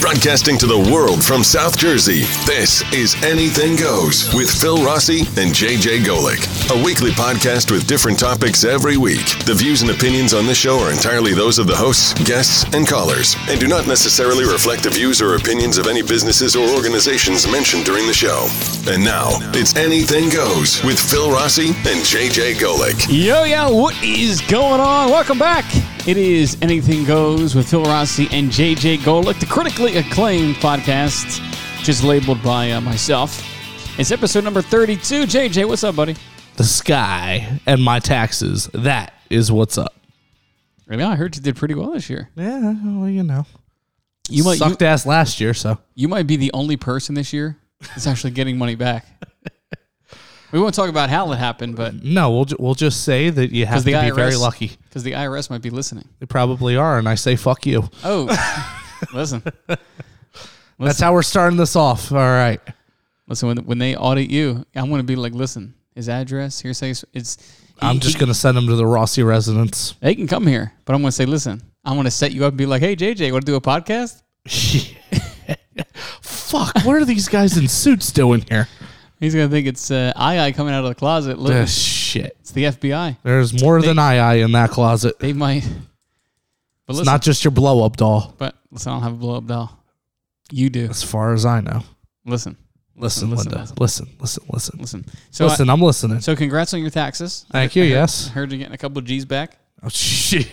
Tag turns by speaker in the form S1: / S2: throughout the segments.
S1: Broadcasting to the world from South Jersey, this is Anything Goes with Phil Rossi and JJ Golick. A weekly podcast with different topics every week. The views and opinions on this show are entirely those of the hosts, guests, and callers, and do not necessarily reflect the views or opinions of any businesses or organizations mentioned during the show. And now, it's Anything Goes with Phil Rossi and JJ Golick.
S2: Yo, yo, what is going on? Welcome back. It is Anything Goes with Phil Rossi and JJ Golick, the critically acclaimed podcast, just labeled by uh, myself. It's episode number 32. JJ, what's up, buddy?
S3: the sky and my taxes. That is what's up.
S2: I mean, I heard you did pretty well this year.
S3: Yeah, well, you know,
S2: You might, you,
S3: sucked ass last year, so
S2: you might be the only person this year that's actually getting money back. We won't talk about how it happened, but
S3: no, we'll ju- we'll just say that you have
S2: because
S3: to
S2: the
S3: be
S2: IRS,
S3: very lucky.
S2: Because the IRS might be listening.
S3: They probably are, and I say fuck you.
S2: Oh, listen,
S3: That's how we're starting this off. All right,
S2: listen. When, when they audit you, I'm going to be like, listen, his address, hearsay, it's. he-
S3: I'm
S2: he-
S3: just gonna send them to the Rossi residence.
S2: They can come here, but I'm going to say, listen, I'm going to set you up and be like, hey, JJ, want to do a podcast?
S3: fuck, what are these guys in suits doing here?
S2: He's going to think it's uh, I coming out of the closet. Look,
S3: Ah,
S2: it's
S3: shit,
S2: the FBI.
S3: there's more than I I in that closet.
S2: They might. But
S3: It's
S2: listen,
S3: not just your blow up doll,
S2: but listen, I don't have a blow up doll. You do.
S3: as far as I know.
S2: Listen,
S3: Listen,
S2: Listen,
S3: Linda. Listen, listen, listen. Listen,
S2: listen. So, I-
S3: I'm listening.
S2: so congrats on your taxes.
S3: Thank you. Yes.
S2: I heard you're getting a couple of G's back.
S3: Oh shit.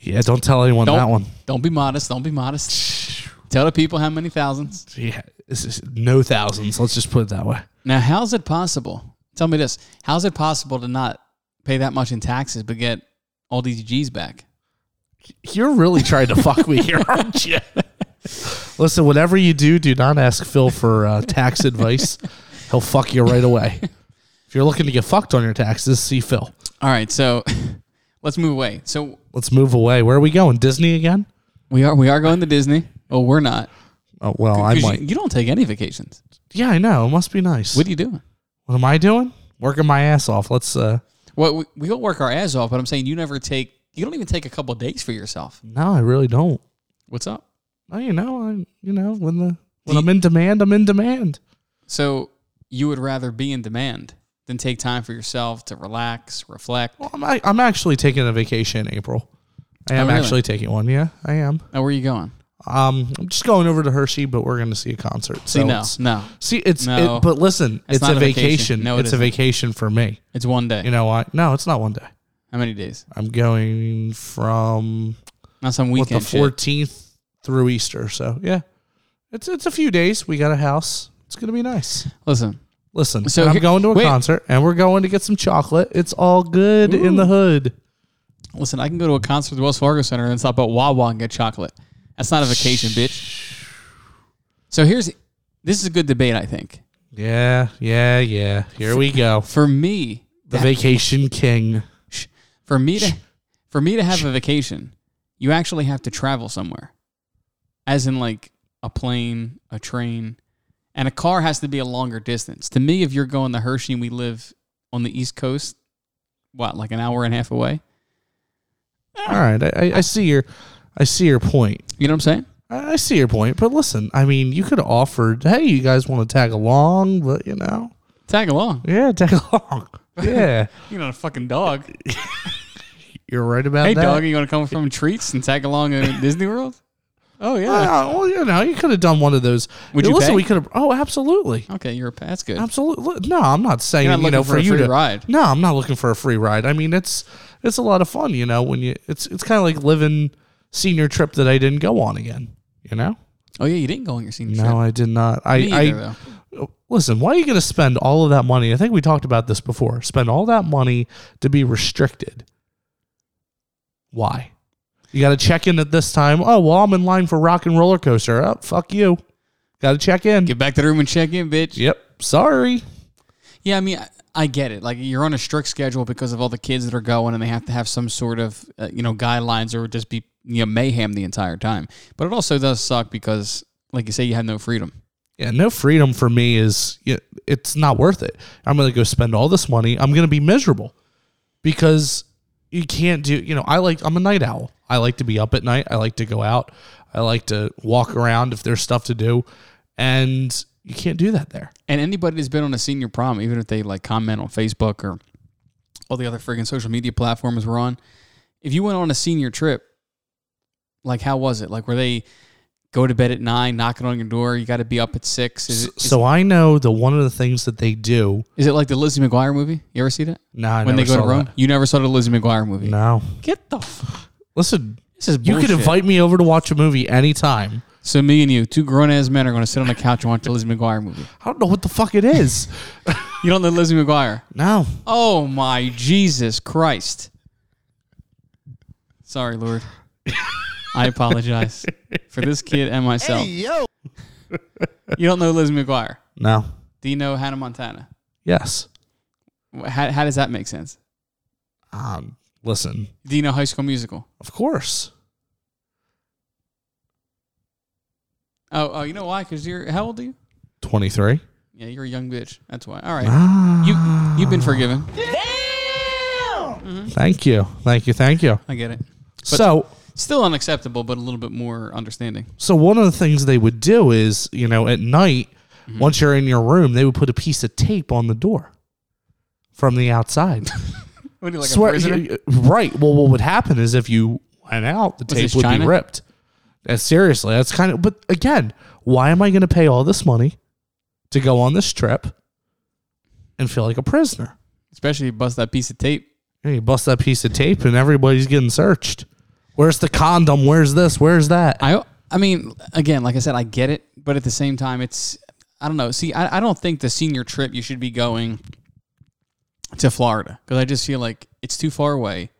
S3: yeah, don't tell anyone
S2: Don't-
S3: that one.
S2: Don't be modest. Don't be modest. Tell the people how many thousands.
S3: Yeah, this is no thousands. Let's just put it that way.
S2: Now, how's it possible? Tell me this. How's it possible to not pay that much in taxes but get all these G's back?
S3: You're really trying to fuck me here, aren't you? Listen, whatever you do, do not ask Phil for uh, tax advice. He'll fuck you right away. If you're looking to get fucked on your taxes, see Phil.
S2: All right, so let's move away. So
S3: Let's move away. Where are we going? Disney again?
S2: we are we are going to Disney. Oh, we're not.
S3: Oh well, I
S2: 'Cause you-
S3: might.
S2: You, don't take any vacations.
S3: Yeah, I know. It must be nice.
S2: What are you doing?
S3: what am I doing? Working my ass off. Let's. uh
S2: Well, we, we don't work our ass off, but I'm saying you never take. You don't even take a couple days for yourself.
S3: No, I really don't.
S2: What's up?
S3: Oh, you know, I you know when the when
S2: you-
S3: I'm in demand, I'm in demand.
S2: So you would rather be in demand than take time for yourself to relax, reflect.
S3: Well, I'm ac- I'm actually taking a vacation in April. I am
S2: Oh, really?
S3: actually taking one. Yeah, I am.
S2: Now, where are you going?
S3: Um, I'm just going over to Hershey, but we're going to see a concert. So
S2: See, no,
S3: it's-
S2: no,
S3: see, it's
S2: No.
S3: it, but listen,
S2: It's
S3: it's,
S2: not
S3: a
S2: a
S3: vacation.
S2: vacation. No, it
S3: it's a
S2: isn't.
S3: vacation for me.
S2: it's one day.
S3: You know what? No, it's not one day.
S2: How many days?
S3: I'm going from
S2: Not some
S3: what the
S2: weekend. shit.
S3: 14th through Easter. So yeah, it's it's a few days. We got a house. It's gonna be nice.
S2: Listen,
S3: Listen,
S2: So
S3: and I'm
S2: here-
S3: going to a
S2: wait.
S3: concert and we're going to get some chocolate. It's all good in the hood.
S2: listen. I can go to a concert at the Wells Fargo Center and stop at Wawa and get chocolate. That's not a vacation, bitch. So here's this is a good debate. I think
S3: Yeah, yeah, yeah. Here we go.
S2: for me,
S3: The vacation king.
S2: for me to for me to have a vacation, you actually have to travel somewhere. As in like a plane, a train, and a car has to be a longer distance. To me, if you're going to Hershey and we live on the East Coast, what, like an hour and a half away?
S3: All right, I, I- I see your, I see your point.
S2: You know what I'm saying?
S3: I I see your point. But listen, I mean, you could have offered, hey, you guys want to tag along, but you know,
S2: Tag along.
S3: yeah, tag along. Yeah,
S2: You're not a fucking dog.
S3: you're right about
S2: hey
S3: that.
S2: dog, you wanna come from treats and tag along to Disney World? Oh yeah.
S3: Well, well, you know, you could have done one of those.
S2: Would you
S3: listen?
S2: pay?
S3: We could have. Oh, absolutely.
S2: Okay, you're a that's good.
S3: Absolutely. No, I'm not saying
S2: You're not
S3: you know
S2: looking for
S3: for,
S2: a
S3: you
S2: free
S3: to
S2: ride.
S3: No, I'm not looking for a free ride. I mean, it's it's a lot of fun, you know, when you it's it's kind of like living senior trip that I didn't go on again, you know?
S2: Oh yeah, you didn't go on your senior
S3: No, I did not. I
S2: trip. Me either,
S3: I
S2: though.
S3: listen, why are you going to spend all of that money? I think we talked about this before. Spend all that money to be restricted. Why? You got to check in at this time. Oh, well, I'm in line for Rock and Roller Coaster. Oh, fuck you. Got to check in.
S2: Get back to the room and check in, bitch.
S3: Yep. Sorry.
S2: Yeah, I mean, I, I get it. Like you're on a strict schedule because of all the kids that are going, and they have to have some sort of uh, you know guidelines, or it would just be you know mayhem the entire time. But it also does suck because, like you say, you have no freedom.
S3: Yeah, no freedom for me is y- it's not worth it. I'm going to go spend all this money. I'm going to be miserable because you can't do you know i like i'm a night owl i like to be up at night i like to go out i like to walk around if there's stuff to do and you can't do that there
S2: And anybody that's been on a senior prom, even if they like comment on Facebook or all the other friggin' social media platforms we're on, if you went on a senior trip, like how was it? Like were they go to bed at nine, knocking on your door, you got to be up at six? Is it, is,
S3: so i know that one of the things that they do
S2: is it like the Lizzie McGuire movie? You ever see that?
S3: no I
S2: when they
S3: never
S2: go to
S3: saw
S2: Rome,
S3: that.
S2: you never saw the Lizzie McGuire movie.
S3: no
S2: Get the. F-
S3: listen
S2: this is
S3: you
S2: bullshit.
S3: could invite me over to watch a movie anytime
S2: So me and you, two grown ass men, are going to sit on the couch and watch the Lizzie McGuire movie.
S3: i don't know what the fuck it is
S2: You don't know Lizzie McGuire?
S3: no
S2: Oh my Jesus Christ! Sorry, Lord. I apologize for this kid and myself.
S3: yo
S2: You don't know Lizzie McGuire?
S3: no
S2: Do you know Hannah Montana?
S3: yes
S2: Wh- How, how does that make sense?
S3: um listen
S2: Do you know High School Musical?
S3: of course
S2: Oh, oh, you know why? Because you're how old are you?
S3: 23
S2: Yeah, you're a young bitch. That's why. All right,
S3: Ah,
S2: you you've been forgiven.
S3: thank you thank you thank you
S2: I get it.
S3: so
S2: Still unacceptable, but a little bit more understanding.
S3: So one of the things they would do is, you know, at night, once you're in your room, they would put a piece of tape on the door from the outside.
S2: What do you like? a
S3: Swear-
S2: prisoner?
S3: y- y- right. Well, what would happen is if you went out, the
S2: this,
S3: tape would
S2: China?
S3: be ripped. Uh, seriously, that's kind of. But again, why am I going to pay all this money to go on this trip and feel like a prisoner?
S2: Especially bust that piece of tape.
S3: You, know, you bust that piece of tape, and everybody's getting searched. Where's the condom? Where's this? Where's that?
S2: I I mean, again, like I said, I get it, but at the same time, it's I don't know. See, I, I don't think the senior trip you should be going to Florida because I just feel like it's too far away.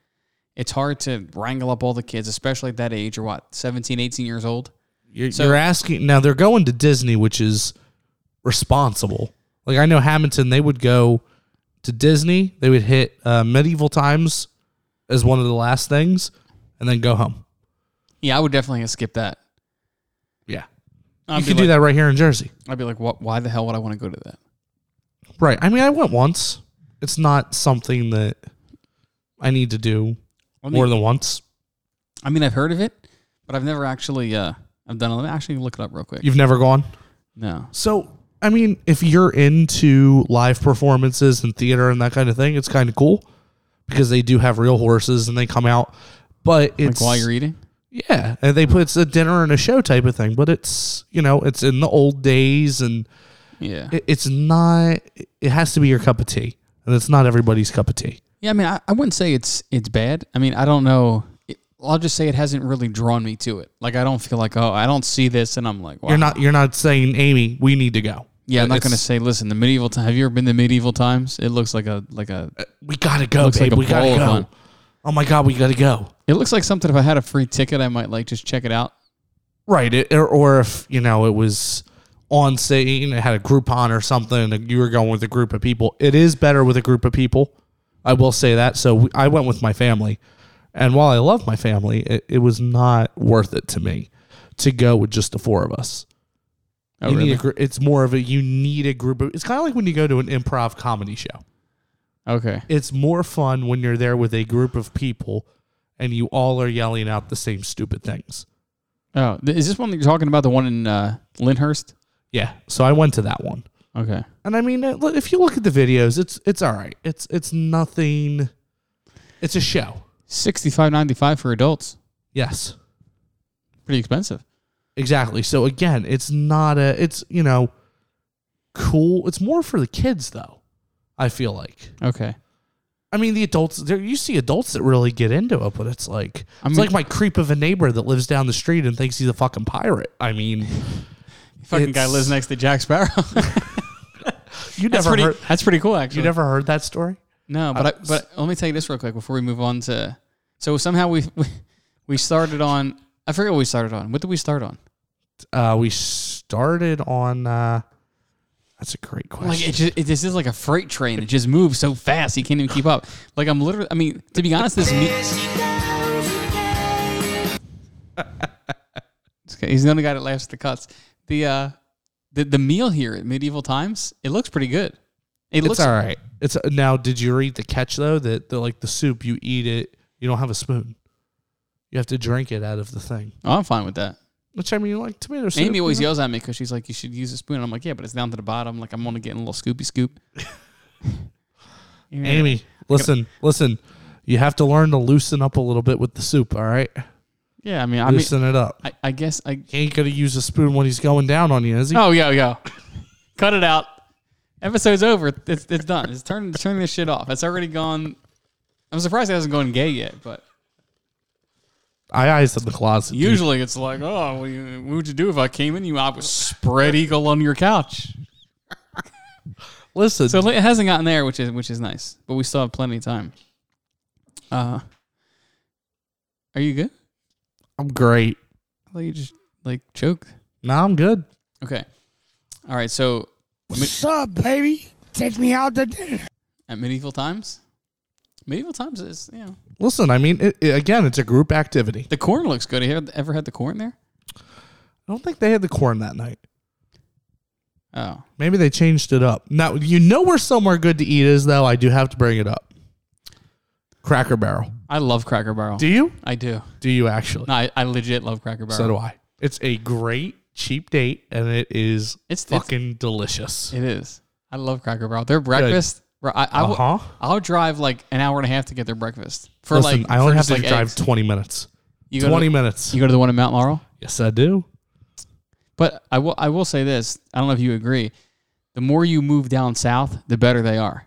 S2: It's hard to wrangle up all the kids, especially at that age or what, 17, 18 years old.
S3: You're,
S2: So-
S3: you're asking now. They're going to Disney, which is responsible. Like I know Hamilton, they would go to Disney. They would hit uh, medieval times as one of the last things, and then go home.
S2: Yeah, I would definitely skip that.
S3: Yeah,
S2: I'd
S3: you
S2: be
S3: could
S2: like,
S3: do that right here in Jersey.
S2: I'd be like, what, why the hell would I want to go to that?
S3: Right. I mean, I went once. It's not something that I need to do
S2: I mean,
S3: more than once.
S2: I mean, I've heard of it, but I've never actually, uh, I've done it. Let me actually look it up real quick.
S3: You've never gone.
S2: No.
S3: So, I mean, if you're into live performances and theater and that kind of thing, it's kind of cool because they do have real horses and they come out. But
S2: Like
S3: it's
S2: while you're eating?
S3: yeah, and they put it's a dinner and a show type of thing. But it's you know it's in the old days and
S2: Yeah.
S3: it, it's not. It has to be your cup of tea, and it's not everybody's cup of tea.
S2: Yeah, I mean, I, I wouldn't say it's it's bad. I mean, I don't know. It, I'll just say it hasn't really drawn me to it. Like, I don't feel like, oh, I don't see this, and I'm like, wow.
S3: You're not you're not saying Amy, we need to go.
S2: yeah, I'm not
S3: It's-
S2: gonna say. Listen, the medieval time. Have you ever been to medieval times? It looks like a like a.
S3: We gotta go,
S2: Looks like
S3: babe.
S2: a
S3: we
S2: bowl
S3: gotta
S2: of
S3: go.
S2: fun.
S3: Oh my god, we gotta go.
S2: It looks like something. If I had a free ticket, I might like just check it out.
S3: Right. It, or, or if, you know, it was on, say, you know, it had a Groupon or something and you were going with a group of people. It is better with a group of people. I will say that. So we, I went with my family. And while I love my family, it, it was not worth it to me to go with just the four of us.
S2: Oh,
S3: you need
S2: really?
S3: a, gr- it's more of a, you need a group of, it's kind of like when you go to an improv comedy show.
S2: Okay.
S3: It's more fun when you're there with a group of people and you all are yelling out the same stupid things.
S2: Oh, th- is this one that you're talking about? The one in uh, Lyndhurst?
S3: Yeah. So I went to that one.
S2: Okay.
S3: And I mean, uh, look, if you look at the videos, it's it's all right. It's it's nothing. It's a show.
S2: Sixty-five ninety-five for adults.
S3: Yes,
S2: Pretty expensive.
S3: exactly. So again, it's not a. It's you know, cool. It's more for the kids though. I feel like.
S2: Okay.
S3: I mean, the adults. There you see adults that really get into it, but it's like
S2: I
S3: it's
S2: mean-
S3: like my creep of a neighbor that lives down the street and thinks he's a fucking pirate. I mean,
S2: Fucking guy
S3: It's-
S2: lives next to Jack Sparrow.
S3: you
S2: that's
S3: never
S2: pretty.
S3: heard.
S2: That's pretty cool, actually.
S3: You never heard that story.
S2: No, but I, but let me tell you this real quick before we move on to. So somehow we we, we started on. I forget what we started on. What did we start on?
S3: Uh, we started on. Uh, that's a great question.
S2: Like it just it, this is like a freight train. It just moves so fast you can't even keep up. Like I'm literally. I mean, to be honest, this. Me- okay, he's the only guy that laughs at the cuts. The uh, the the meal here at medieval times. It looks pretty good. It looks
S3: uh, it's all right. It's now. Did you read the catch though? That the like the soup you eat it, You don't have a spoon. You have to drink it out of the thing.
S2: Oh, I'm fine with that.
S3: Which I mean, like tomato soup.
S2: Amy
S3: you
S2: always
S3: know?
S2: yells at me because she's like, "You should use a spoon." And I'm like, "Yeah, but it's down to the bottom. Like I'm only getting a little scoopy scoop." You know?
S3: Amy, listen, listen. You have to learn to loosen up a little bit with the soup. All right,
S2: Yeah, I mean, I mean,
S3: loosen it up.
S2: I, I guess I.
S3: He ain't gonna use a spoon when he's going down on you, is he?
S2: Oh, yo, yo, cut it out. Episode's over. It's it's done. It's turning turning this shit off. It's already gone. I'm surprised it hasn't gone gay yet, but
S3: I eyes in the closet. dude.
S2: usually it's like, oh, what, do you- what would you do if I came in you? I was spread eagle on your couch.
S3: listen.
S2: So it hasn't gotten there, which is which is nice. But we still have plenty of time. Uh, are you good?
S3: I'm great.
S2: I thought you just like choked.
S3: Now I'm good.
S2: Okay. All right. So
S4: What's up, baby? Take me out to dinner.
S2: at medieval times, medieval times is you know
S3: Listen, I mean, it, it- again, it's a group activity.
S2: the corn looks good. Have you ever had the corn there?
S3: I don't think they had the corn that night.
S2: Oh,
S3: Maybe they changed it up. Now you know where somewhere good to eat is, though. I do have to bring it up. Cracker Barrel.
S2: I love Cracker Barrel.
S3: Do you?
S2: I do.
S3: Do you actually?
S2: No, I, I legit love Cracker Barrel.
S3: So do I. It's a great cheap date, and it is
S2: It's- it's-
S3: fucking delicious.
S2: It is. I love Cracker Barrel. Their breakfast. bro, I, I will-
S3: Uh-huh.
S2: I'll drive like an hour and a half to get their breakfast for
S3: Listen,
S2: like.
S3: I
S2: for
S3: only have
S2: just,
S3: to
S2: like,
S3: drive
S2: eggs.
S3: twenty minutes.
S2: You go to
S3: Twenty
S2: the-
S3: minutes.
S2: You go to the one in Mount Laurel.
S3: yes, I do.
S2: But I will I will say this. I don't know if you agree. The more you move down south, the better they are.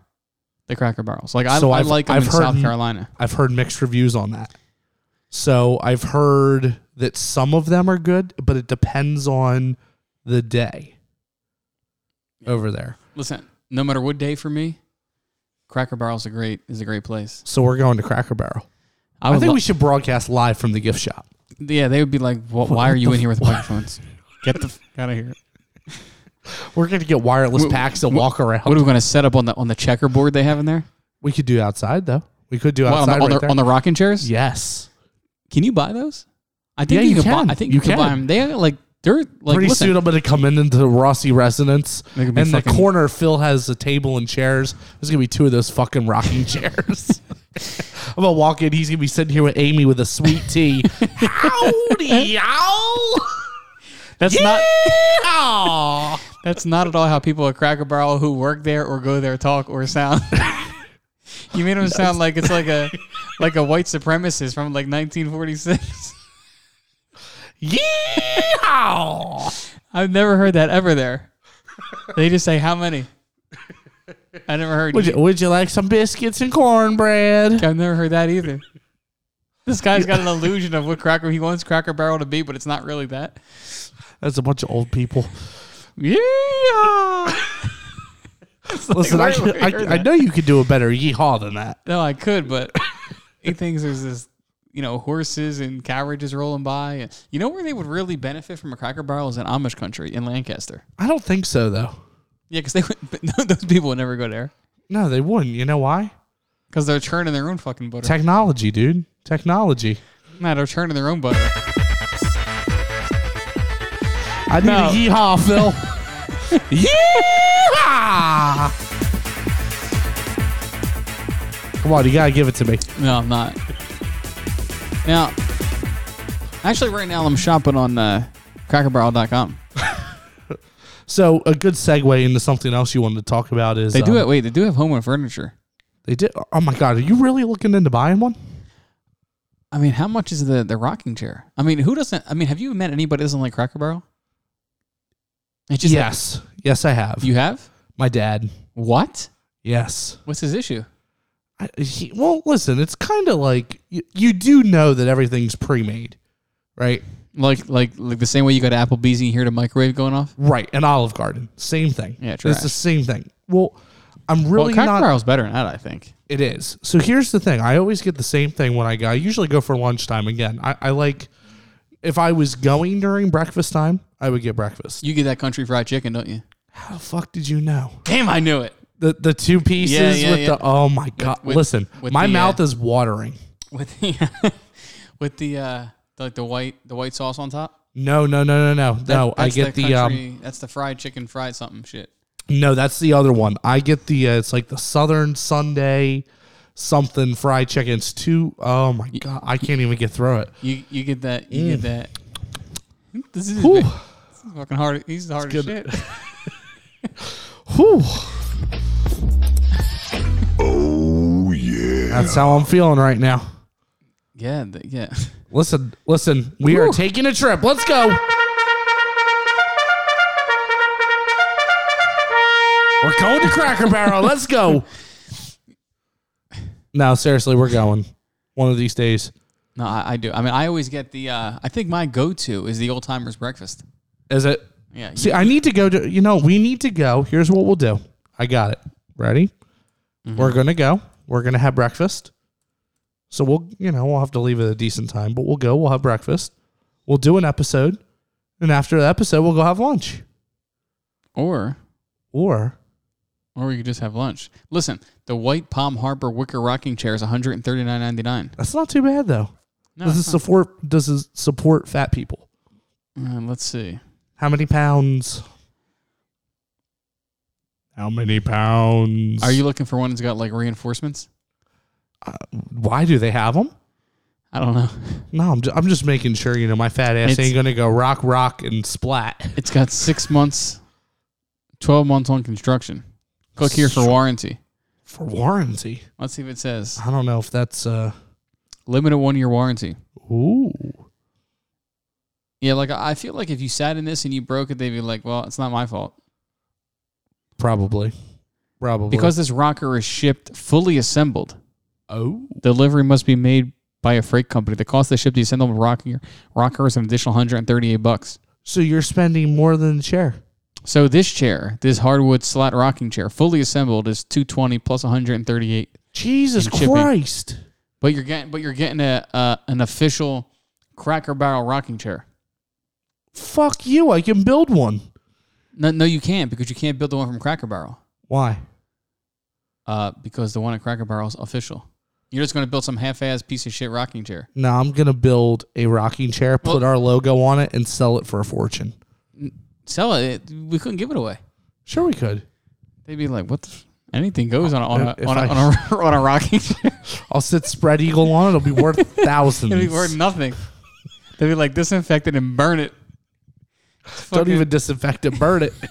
S2: The Cracker Barrels. Like I,
S3: So
S2: I
S3: I've-
S2: like them
S3: I've
S2: in
S3: heard
S2: South
S3: m-
S2: Carolina.
S3: I've heard mixed reviews on that. So I've heard that some of them are good, but it depends on the day over there.
S2: Listen, no matter what day for me, Cracker Barrel's a great is a great place.
S3: So we're going to Cracker Barrel.
S2: I,
S3: I,
S2: would
S3: think
S2: lo-
S3: we should broadcast live from the gift shop.
S2: Yeah, they would be like, "Wh- "Why are you in here with microphones? Get the f- out of here."
S3: We're going to get wireless
S2: Wh-
S3: packs to
S2: wh-
S3: walk around.
S2: What are we going to set up on the on the checkerboard they have in there?
S3: we could do outside though. We could do
S2: What, on, the,
S3: outside
S2: on,
S3: right
S2: the,
S3: there.
S2: on the rocking chairs?
S3: yes,
S2: Can you buy those? I think
S3: Yeah,
S2: you, can.
S3: you can.
S2: Buy, I think
S3: You
S2: you can, buy
S3: can.
S2: them. They are like they're like
S3: pretty
S2: listen,
S3: soon I'm going to come in into the Rossi residence,
S2: They could
S3: and
S2: be
S3: the
S2: fucking-
S3: corner Phil has a table and chairs. There's going to be two of those fucking rocking chairs. I'm gonna walk in. He's gonna be sitting here with Amy with a sweet tea. Howdy, y'all!
S2: that's not
S3: Aw.
S2: That's not at all how people at Cracker Barrel who work there or go there talk or sound. you made them sound like it's like a like a white supremacist from like 1946.
S3: Yeehaw!
S2: I've never heard that ever there. They just say how many. I never heard.
S3: Would you, would you like some biscuits and cornbread?
S2: I've never heard that either. This guy's got an illusion of what Cracker he wants Cracker Barrel to be, but it's not really that.
S3: That's a bunch of old people.
S2: Yeah.
S3: Listen, I,
S2: where-
S3: I,
S2: where
S3: I know you could do a better yeehaw than that.
S2: No, I could, but he thinks there's this, you know, horses and carriages rolling by. And you know where they would really benefit from a Cracker Barrel is in Amish country in Lancaster.
S3: I don't think so, though.
S2: Yeah, because they would, but no, those people would never go there
S3: No, they wouldn't. You know why?
S2: because they're churning their own fucking butter.
S3: Technology, dude. Technology.
S2: no, they're churning their own butter.
S3: I need
S2: No.
S3: a yeehaw, Phil. yeehaw! Come on, you gotta give it to me.
S2: no, I'm not. Now, actually, right now I'm shopping on uh, CrackerBarrel.com.
S3: So a good segue into something else you wanted to talk about is
S2: They do
S3: um,
S2: have, wait, they do have home and furniture.
S3: They did. Oh my god, are you really looking into buying one?
S2: I mean, how much is the the rocking chair? I mean, who doesn't? I mean, have you met anybody that doesn't like Cracker Barrel? It's just like-
S3: yes, yes, I have.
S2: you have
S3: my dad.
S2: what?
S3: Yes.
S2: What's his issue?
S3: I, he, well, listen, it's kind of like you, you do know that everything's pre-made, right?
S2: Like like like the same way you go to Applebee's and you hear the microwave going off.
S3: Right. And Olive Garden, same thing.
S2: Yeah,
S3: it's the
S2: trash.
S3: same thing. Well, I'm
S2: Well,
S3: really
S2: Cracker
S3: not.
S2: Barrel's better than that, I think.
S3: It is. So here's the thing. I always get the same thing when I go. I usually go for lunchtime again. I, I like if I was going during breakfast time, I would get breakfast.
S2: You get that country fried chicken, don't you?
S3: How the fuck did you know?
S2: Damn, I knew it.
S3: The the two pieces
S2: Yeah, yeah,
S3: with
S2: yeah.
S3: the oh my god.
S2: with-
S3: Listen,
S2: with
S3: my
S2: the, uh,
S3: mouth is watering.
S2: With the with the uh like the white the white sauce on top.
S3: No, no, no, no, no. no, I
S2: that's
S3: get the, um
S2: country- that's the fried chicken fried something shit.
S3: no, that's the other one. I get the uh, it's like the southern Sunday something fried chicken. It's too. Oh my god, I can't even get through it.
S2: You you get that you get that. This is,
S3: Mm. Whew.
S2: this is fucking hard. He's hard as shit.
S3: good. Whew.
S1: Oh, yeah.
S3: That's how I'm feeling right now.
S2: yeah, th- yeah.
S3: Listen, listen, we are taking a trip. Let's go. We're going to Cracker Barrel. Let's go. No, seriously, we're going one of these days.
S2: No, I, I do. I mean, I always get the. Uh, I think my go-to is the old timers breakfast.
S3: Is it?
S2: Yeah, you-
S3: See, I need to go to, you know, we need to go. Here's what we'll do. I got it. Ready? We're going to go. We're going to have breakfast. So we'll, you know, we'll have to leave at a decent time, but we'll go. We'll have breakfast. We'll do an episode. And after the episode, we'll go have lunch.
S2: or
S3: Or
S2: or we could just have lunch. Listen, the white Palm Harbor wicker rocking chair is one hundred and thirty nine ninety nine.
S3: that's not too bad though.
S2: No,
S3: does it
S2: it's not.
S3: support does it support fat people?
S2: Uh, let's see.
S3: How many pounds? How many pounds?
S2: Are you looking for one that's got like reinforcements?
S3: Why do they have them?
S2: I don't know.
S3: No, I'm just, I'm just making sure you know my fat ass
S2: It's-
S3: ain't gonna go rock, rock, and splat.
S2: It's got six months, twelve months on construction. Click here for warranty.
S3: For warranty,
S2: Let's see if it says
S3: I don't know if that's uh.
S2: limited one year warranty.
S3: Ooh,
S2: Yeah, like I I feel like if you sat in this and you broke it, they'd be like, "Well, it's not my fault."
S3: probably, probably
S2: Because this rocker is shipped fully assembled,
S3: oh,
S2: delivery must be made by a freight company. The cost to ship the assembled rocker rocker is an additional 138 bucks.
S3: so you're spending more than the chair.
S2: So this chair, this hardwood slat rocking chair, fully assembled is 220 plus 138.
S3: Jesus
S2: And shipping.
S3: Christ!
S2: But you're getting but you're getting a uh, an official Cracker Barrel rocking chair.
S3: Fuck you! I can build one.
S2: No, no, you can't because you can't build the one from Cracker Barrel.
S3: Why?
S2: Uh, because the one at Cracker Barrel's official. You're just going to build some half-ass piece of shit rocking chair.
S3: No, I'm gonna build a rocking chair, put our logo on it, and sell it for a fortune.
S2: Sell it. It- We couldn't give it away.
S3: Sure, we could.
S2: They'd be like, "What? The f- anything goes on a on
S3: If- if
S2: a, on a,
S3: I-
S2: on a, on a rocking chair.
S3: I'll sit spread eagle on it. It'll be worth thousands.
S2: It'd be worth nothing." They'd be like, "Disinfect it and burn it."
S3: Don't
S2: Fucking-
S3: even disinfect it. Burn it.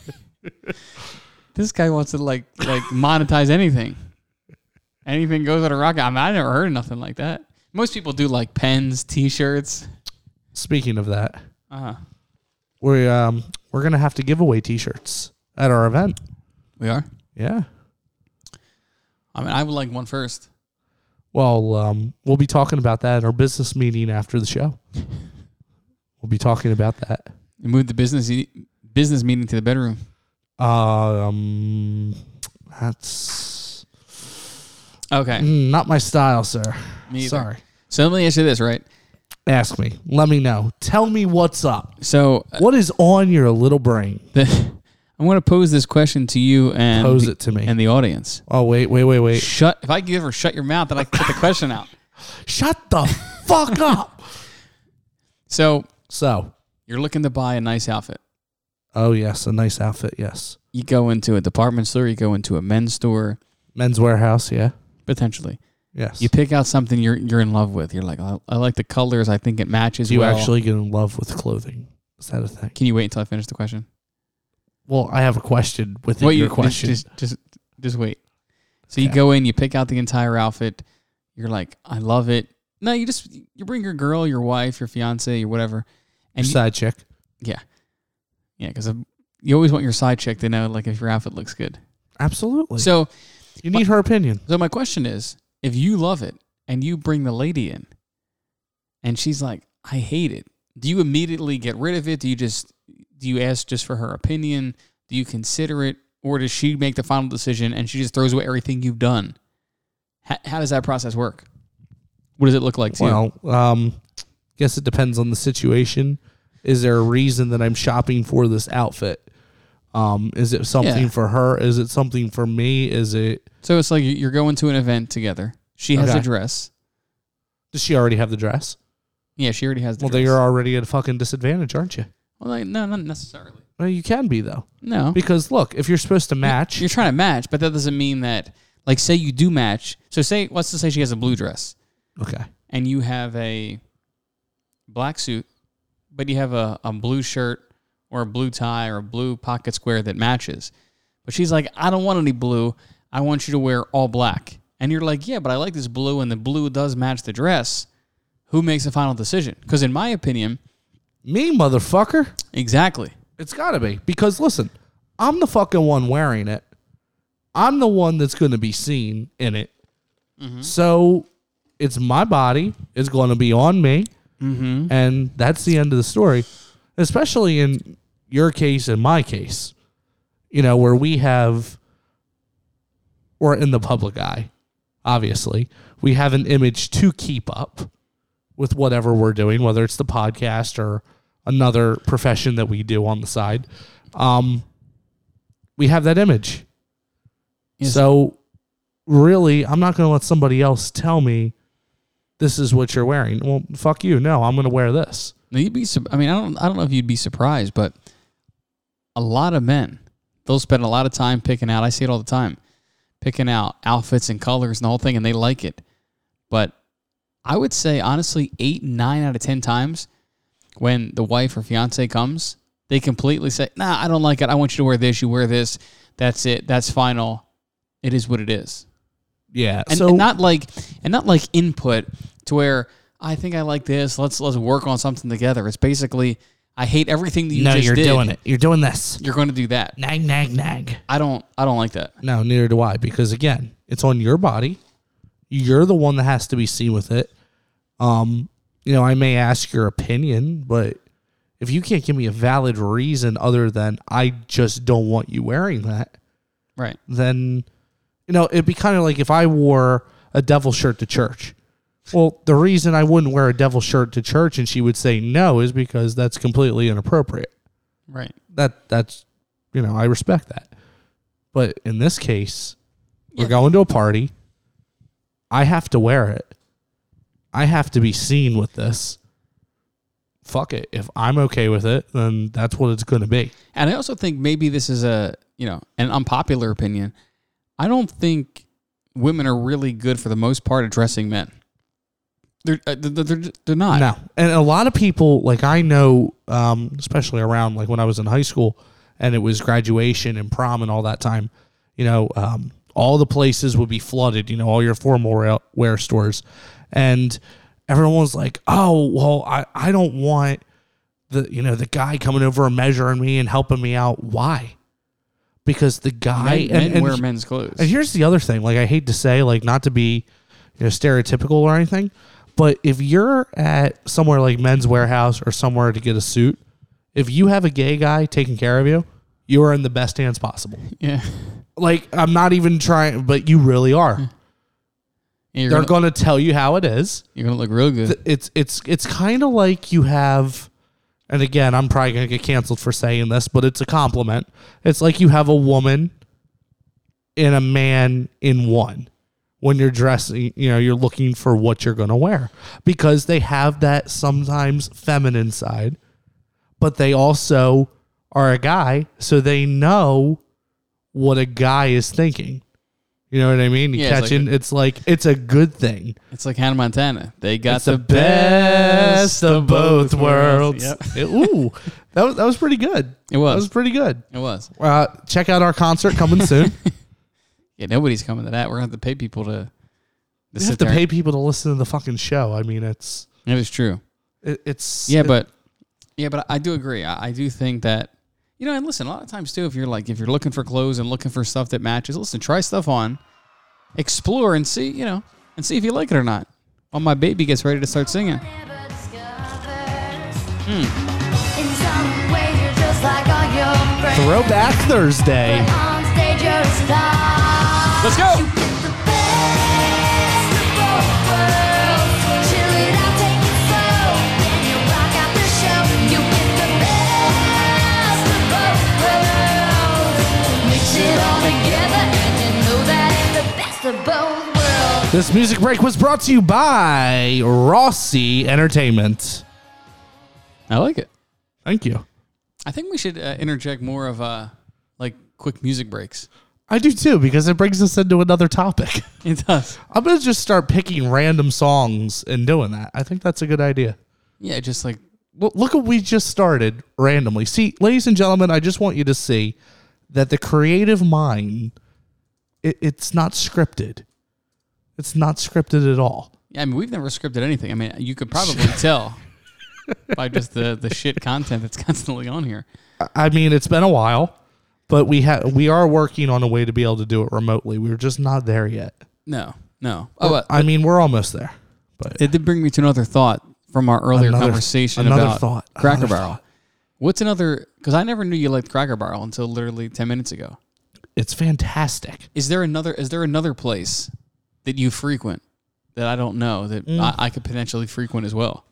S2: This guy wants to like like monetize anything. Anything goes on a rocket. I mean, I never heard of nothing like that. Most people do like pens, T-shirts.
S3: Speaking of that,
S2: Uh,
S3: we um we're gonna have to give away T-shirts at our event.
S2: we are.
S3: Yeah.
S2: I mean, I would like one first.
S3: Well, um, we'll be talking about that at our business meeting after the show. We'll be talking about that.
S2: You move the business e- business meeting to the bedroom.
S3: Um, that's
S2: Okay.
S3: mm, not my style, sir.
S2: Me either.
S3: Sorry.
S2: So let me ask you this, right?
S3: Ask me. Let me know. Tell me what's up.
S2: So uh,
S3: What is on your little brain?
S2: the, I'm going to pose this question to you and
S3: Pose
S2: the,
S3: it to me.
S2: and the audience.
S3: oh wait, wait, wait, wait.
S2: Shut. If I give her shut your mouth, then I can put the question out.
S3: Shut the fuck up.
S2: So
S3: So,
S2: you're looking to buy a nice outfit.
S3: oh yes, a nice outfit. Yes,
S2: You go into a department store. You go into a men's store
S3: men's warehouse. Yeah,
S2: potentially.
S3: yes.
S2: You pick out something you're you're in love with. You're like, I, I like the colors. I think it matches.
S3: Do you
S2: well."
S3: actually get in love with clothing? Is that a thing?
S2: Can you wait until I finish the question?
S3: Well, I have a question within
S2: you
S3: your question.
S2: Just, just just just wait. So you go in. You pick out the entire outfit. You're like, I love it. No, you just you bring your girl, your wife, your fiance, your whatever, and
S3: Your
S2: you-
S3: side chick.
S2: Yeah. Yeah, because you always want your side chick to know like if your outfit looks good.
S3: Absolutely.
S2: So
S3: you need her opinion.
S2: so my question is, if you love it and you bring the lady in and she's like, I hate it, do you immediately get rid of it? Do you just do you ask just for her opinion? Do you consider it? Or does she make the final decision and she just throws away everything you've done? How, how does that process work? What does it look like to you?
S3: Well, um, guess it depends on the situation. Is there a reason that I'm shopping for this outfit? Um, is it something
S2: Yeah.
S3: for her? Is it something for me? Is it?
S2: So it's like you- you're going to an event together. She has
S3: Okay.
S2: a dress.
S3: Does she already have the dress?
S2: Yeah, she already has the
S3: Well, then
S2: dress.
S3: you're already at a fucking disadvantage, aren't you?
S2: well, like, no, not necessarily.
S3: Well, you can be though,
S2: No.
S3: because look, if you're supposed to match,
S2: You're trying to match, but that doesn't mean that Like, say you do match. So, say, let's just say she has a blue dress
S3: Okay.
S2: and you have a black suit, but you have a, a blue shirt or a blue tie or a blue pocket square that matches. But she's like, I don't want any blue. I want you to wear all black. And you're like, yeah, but I like this blue, and the blue does match the dress. Who makes the final decision? Because, in my opinion,
S3: Me, motherfucker.
S2: exactly.
S3: It's got to be because listen, I'm the fucking one wearing it. I'm the one that's going to be seen in it. So it's my body. It's going to be on me, and that's the end of the story. Especially in your case and my case, you know, where we have, or in the public eye, obviously, we have an image to keep up with whatever we're doing, whether it's the podcast or another profession that we do on the side. Um, we have that image.
S2: Yes.
S3: So, really, I'm not going to let somebody else tell me this is what you're wearing. Well, fuck you. No, I'm going to wear this.
S2: Now, You'd be. sup- I mean, I don't. I don't know if you'd be surprised, but a lot of men they'll spend a lot of time picking out. I see it all the time, picking out outfits and colors and the whole thing, and they like it. But I would say honestly, eight, nine out of ten times, when the wife or fiance comes, they completely say, "Nah, I don't like it. I want you to wear this. You wear this. That's it. That's final. It is what it is."
S3: Yeah.
S2: and,
S3: so
S2: and not like and not like input to where I think I like this. Let's let's work on something together. It's basically I hate everything that you just did.
S3: it. You're doing this.
S2: You're going to do that.
S3: Nag, nag, nag.
S2: I don't I don't like that.
S3: No, neither do I. Because again, it's on your body. You're the one that has to be seen with it. Um, you know, I may ask your opinion, but if you can't give me a valid reason other than I just don't want you wearing that,
S2: Right.
S3: then you know it'd be kind of like if I wore a devil shirt to church. Well, the reason I wouldn't wear a devil shirt to church and she would say no is because that's completely inappropriate
S2: Right.
S3: that that's you know I respect that. But in this case, we're going to a party. I have to wear it. I have to be seen with this. Fuck it. If I'm okay with it, then that's what it's going to be.
S2: And I also think maybe this is a you know an unpopular opinion. I don't think women are really good for the most part at dressing men. They're uh, they're they're, they're not.
S3: No. And a lot of people, like I know, um, especially around like when I was in high school and it was graduation and prom and all that time, you know, um, all the places would be flooded, you know, all your formal wear- wear stores. And everyone was like, oh, well, I, I don't want the, you know, the guy coming over and measuring me and helping me out. Why? Because the guy
S2: Men,
S3: and-
S2: men
S3: and
S2: wear
S3: he-
S2: men's clothes.
S3: and here's the other thing, like I hate to say, like not to be, you know, stereotypical or anything, but if you're at somewhere like Men's Warehouse or somewhere to get a suit, if you have a gay guy taking care of you, you are in the best hands possible.
S2: yeah.
S3: Like I'm not even trying, but you really are.
S2: You're
S3: They're
S2: gonna,
S3: going to tell you how it is.
S2: you're gonna look real good.
S3: Th- It's it's it's kind of like you have and again, I'm probably going to get canceled for saying this, but it's a compliment. It's like you have a woman and a man in one when you're dressing, you know, you're looking for what you're going to wear because they have that sometimes feminine side, but they also are a guy, so they know what a guy is thinking. You know what I mean? You
S2: Yeah, it's like
S3: catching it's like it's a good thing.
S2: It's like Hannah Montana. They got
S3: It's the, best of both worlds.
S2: Yep.
S3: It- ooh, that was that was pretty good.
S2: It was.
S3: That was pretty good.
S2: It was.
S3: Uh, check out our concert coming soon.
S2: Yeah, nobody's coming to that. We're gonna have to pay people to. to
S3: we have
S2: sit
S3: to
S2: there.
S3: pay people to listen to the fucking show. I mean, it's
S2: It was true.
S3: it, it's
S2: Yeah, but yeah, but I do agree. I, I do think that you know, and listen, a lot of times too, if you're like if you're looking for clothes and looking for stuff that matches, listen, try stuff on, explore and see, you know, and see if you like it or not. While my baby gets ready to start singing.
S5: In some ways, you're just like all your friends.
S3: Throwback Thursday.
S5: On stage, you're a star.
S2: Let's go.
S5: You get the best of both worlds. Chill it out, take it slow. Then you rock out the show. You get the best of both worlds. Mix it all together, and you know that it's the best of both worlds.
S3: This music break was brought to you by Rossi Entertainment.
S2: I like it.
S3: Thank you.
S2: I think we should uh, interject more of uh like quick music breaks.
S3: I do too because it brings us into another topic.
S2: It does.
S3: I'm gonna just start picking random songs and doing that. I think that's a good idea.
S2: Yeah, just like
S3: Well, look what we just started randomly. See, ladies and gentlemen, I just want you to see that the creative mind, it, it's not scripted. It's not scripted at all.
S2: yeah, I mean, we've never scripted anything. I mean, you could probably tell by just the the shit content that's constantly on here.
S3: I mean, it's been a while, but we have we are working on a way to be able to do it remotely. We're just not there yet.
S2: No, no. Oh, uh,
S3: I mean, we're almost there. But
S2: it did bring me to another thought from our earlier
S3: Another-
S2: conversation
S3: another
S2: about
S3: thought,
S2: Cracker
S3: another
S2: Barrel.
S3: thought.
S2: What's another? Because I never knew you liked Cracker Barrel until literally ten minutes ago.
S3: it's fantastic.
S2: Is there another? Is there another place that you frequent that I don't know that
S3: Mm.
S2: I, I could potentially frequent as well?